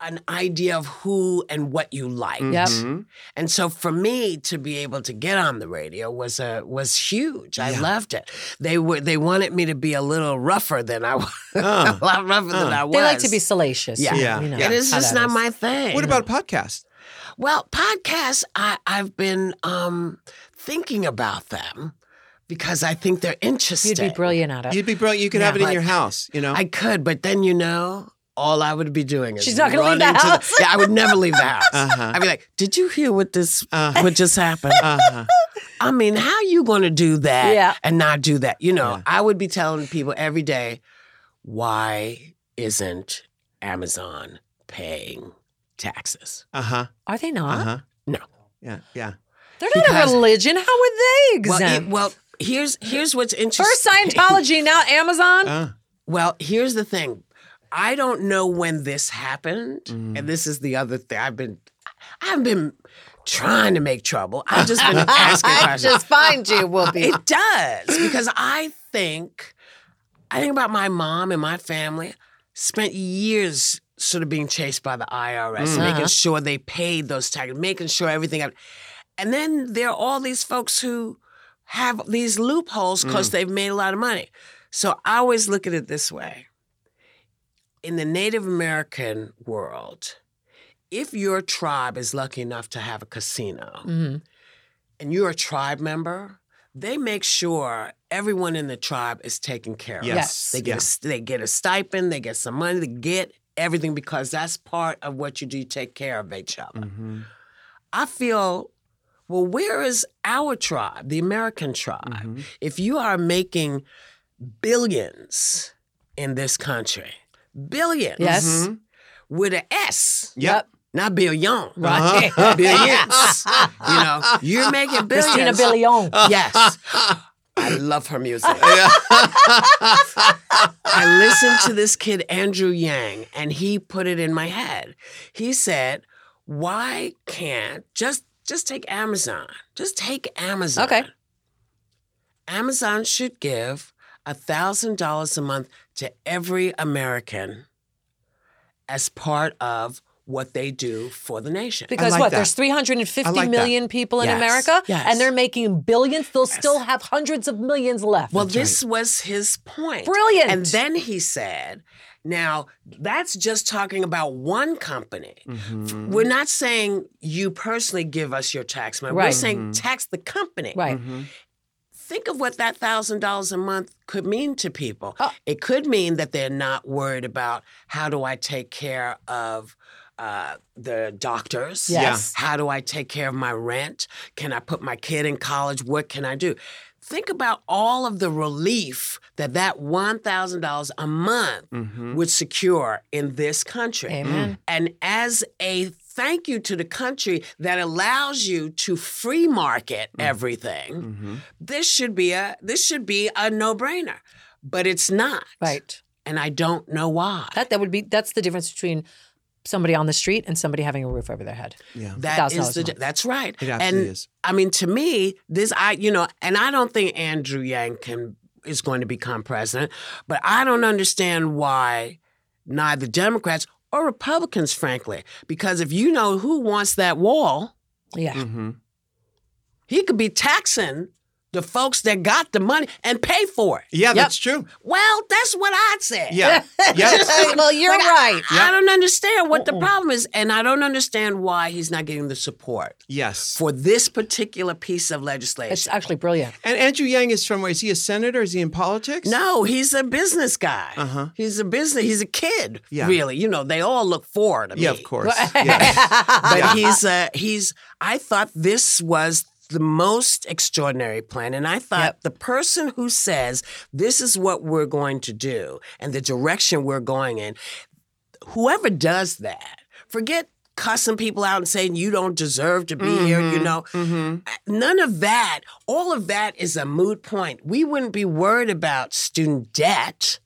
S5: an idea of who and what you liked
S3: Yep.
S1: Mhm.
S5: and so for me to be able to get on the radio was a was huge. I
S1: Yeah.
S5: loved it. They were they wanted me to be a little rougher than I was,
S1: Uh.
S5: a lot rougher than
S1: Uh.
S5: I was.
S3: They like to be salacious.
S5: Yeah.
S1: Yeah.
S3: You know,
S5: And it's
S3: how
S5: just
S3: that
S5: not
S3: is.
S5: my thing.
S1: What about a podcast?
S5: well, podcasts? I I've been um thinking about them because I think they're interesting.
S3: You'd be brilliant at it.
S1: You'd be brilliant. You could
S5: Yeah,
S1: have it in
S5: like-
S1: your house, you know?
S5: I could, but then you know, all I would be doing is
S3: She's not gonna leave the
S5: running to
S3: house.
S5: yeah, I would never leave the house.
S1: Uh-huh.
S5: I'd be like, "Did you hear what this
S1: Uh-huh.
S5: what just happened?"
S1: uh-huh.
S5: I mean, how you going to do that
S3: Yeah.
S5: and not do that? You know,
S1: Yeah.
S5: I would be telling people every day, why isn't Amazon paying taxes?
S1: Uh-huh.
S3: Are they not?
S1: Uh-huh.
S5: No.
S1: Yeah. Yeah.
S3: They're not
S5: Because-
S3: a religion. How are they exempt?
S5: Well, it- well, here's here's what's interesting.
S3: First Scientology, now Amazon.
S1: Uh,
S5: Well, here's the thing. I don't know when this happened, and this is the other thing. I've been, I've been trying to make trouble. I've just been asking questions.
S3: Ah, find you, will be.
S5: It does because I think I think about my mom and my family spent years sort of being chased by the IRS, making sure they paid those taxes, making sure everything. And then there are all these folks who have these loopholes because they've made a lot of money. So I always look at it this way: in the Native American world, if your tribe is lucky enough to have a casino
S3: Mm-hmm.
S5: and you're a tribe member, they make sure everyone in the tribe is taken care of.
S1: Yes.
S5: They get,
S1: Yeah.
S5: a, st- they get a stipend, they get some money, they get everything because that's part of what you do. You take care of each other.
S1: mhm.
S5: I feel, well, where is our tribe, the American tribe?
S1: Mm-hmm.
S5: If you are making billions in this country, billions
S3: Yes.
S5: with an S,
S1: Mm-hmm. Yep.
S5: not
S1: Uh-huh.
S5: billion,
S3: Right.
S5: billions. you know, you're making billions.
S3: Christina Billion.
S5: Oh, Yes. I love her music.
S1: Oh,
S5: I listened to this kid, Andrew Yang, and he put it in my head. He said, Why can't just just take Amazon? Just take Amazon.
S3: Okay.
S5: Amazon should give $1,000 a month to every American as part of what they do for the nation.
S3: Because
S1: like
S3: what?
S1: that.
S3: There's 350
S1: I like
S3: million
S1: that.
S3: people in
S5: Yes.
S3: America,
S5: Yes.
S3: and they're making billions. They'll still have hundreds of millions left.
S5: Well, this was his point.
S3: Brilliant.
S5: And then he said, now that's just talking about one company.
S1: Mm-hmm,
S5: We're not saying you personally give us your tax money. We're
S3: Right.
S5: saying tax the company.
S3: right.
S1: mm-hmm.
S5: Think of what that $1,000 a month could mean to people.
S3: Oh.
S5: It could mean that they're not worried about how do I take care of uh, the doctors?
S3: Yes.
S5: How do I take care of my rent? Can I put my kid in college? What can I do? Think about all of the relief that that $1,000 a month would secure in this country.
S3: Amen.
S5: And as a thank you to the country that allows you to free market everything, this should be a this should be a no-brainer. But it's not.
S3: Right.
S5: And I don't know why.
S3: That that would be that's the difference between somebody on the street and somebody having a roof over their head.
S1: Yeah.
S5: That
S3: $1,000
S5: is
S3: a
S5: the
S3: month.
S5: that's right.
S1: It absolutely
S5: and
S1: is.
S5: I mean, to me, this I you know, and I don't think Andrew Yang can is going to become president, but I don't understand why neither Democrats or Republicans, frankly, because if you know who wants that wall,
S3: Yeah.
S5: Mm.
S1: hmm
S5: he could be taxing the folks that got the money and pay for it.
S1: Yeah, that's true.
S5: Well, that's what I said.
S1: Yeah. yes.
S3: well, you're
S5: Like, I-
S3: right.
S5: I don't understand what the problem is, and I don't understand why he's not getting the support
S1: Yes.
S5: for this particular piece of legislation.
S3: It's actually brilliant.
S1: And Andrew Yang is from where? Is he a senator? Is he in politics?
S5: No, he's a business guy.
S1: Uh-huh.
S5: He's a business. He's a kid,
S1: Yeah.
S5: really. You know, they all look forward to me.
S1: Yeah, of course. Yeah.
S5: But he's uh, he's. I thought this was the most extraordinary plan, and I thought the person who says this is what we're going to do and the direction we're going in, whoever does that, forget cussing people out and saying you don't deserve to be here, you know. Uh, None of that, all of that is a moot point. We wouldn't be worried about student debt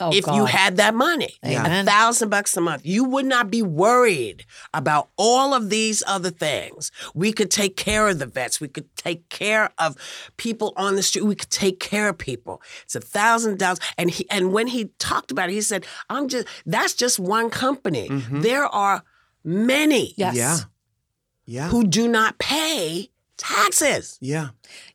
S3: Oh,
S5: if
S3: God.
S5: you had that money. A
S2: Amen.
S5: thousand bucks a month. You would not be worried about all of these other things. We could take care of the vets. We could take care of people on the street. We could take care of people. It's a thousand dollars. And he and when he talked about it, he said, I'm just that's just one company.
S3: Mm-hmm.
S5: There are many
S3: Yes.
S1: Yeah. Yeah.
S5: who do not pay taxes.
S1: yeah.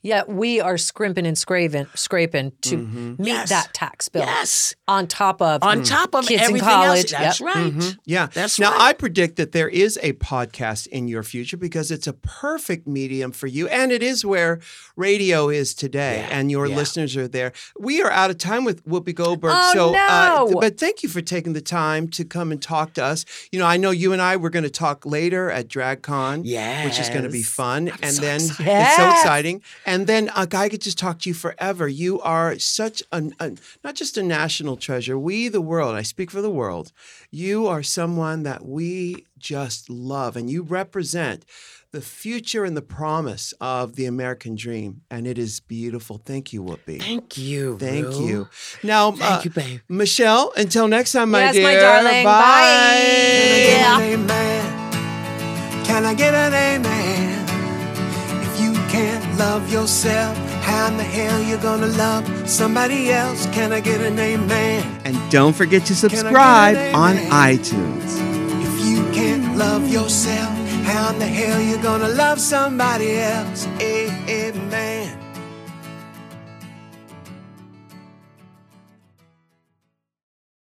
S3: Yet we are scrimping and scraping, scraping to meet
S5: Mm-hmm. Yes.
S3: that tax bill
S5: Yes.
S3: on top of
S5: On top of
S3: kids
S5: everything
S3: in college.
S5: else. That's
S3: Yep. Mm-hmm.
S5: right.
S1: Yeah.
S5: That's
S1: now
S5: right.
S1: I predict that there is a podcast in your future because it's a perfect medium for you and it is where radio is today
S5: Yeah,
S1: and your
S5: yeah.
S1: listeners are there. We are out of time with Whoopi Goldberg.
S3: Oh,
S1: so uh,
S3: no.
S1: but thank you for taking the time to come and talk to us. You know, I know you and I we're going to talk later at DragCon, which is going to be
S5: Yes.
S1: fun and
S5: so
S1: then
S3: excited.
S1: it's so
S3: Yes.
S1: exciting. And then uh, I could just talk to you forever. You are such an, an not just a national treasure. We the world, I speak for the world. You are someone that we just love, and you represent the future and the promise of the American dream. And it is beautiful. Thank you, Whoopi.
S5: Thank you.
S1: Thank
S5: Rue.
S1: you. Now,
S5: Thank
S1: uh,
S5: you, babe.
S1: Michelle, until next time, my
S4: Yes,
S1: dear.
S4: my darling. Bye.
S1: Bye.
S4: Yeah.
S6: Amen. Can I get an amen? If you can't love yourself, how in the hell you gonna love somebody else? Can I get an amen?
S1: And don't forget to
S6: get an
S1: subscribe on
S6: amen?
S1: iTunes.
S6: If you can't love yourself, how in the hell you gonna love somebody else? Amen.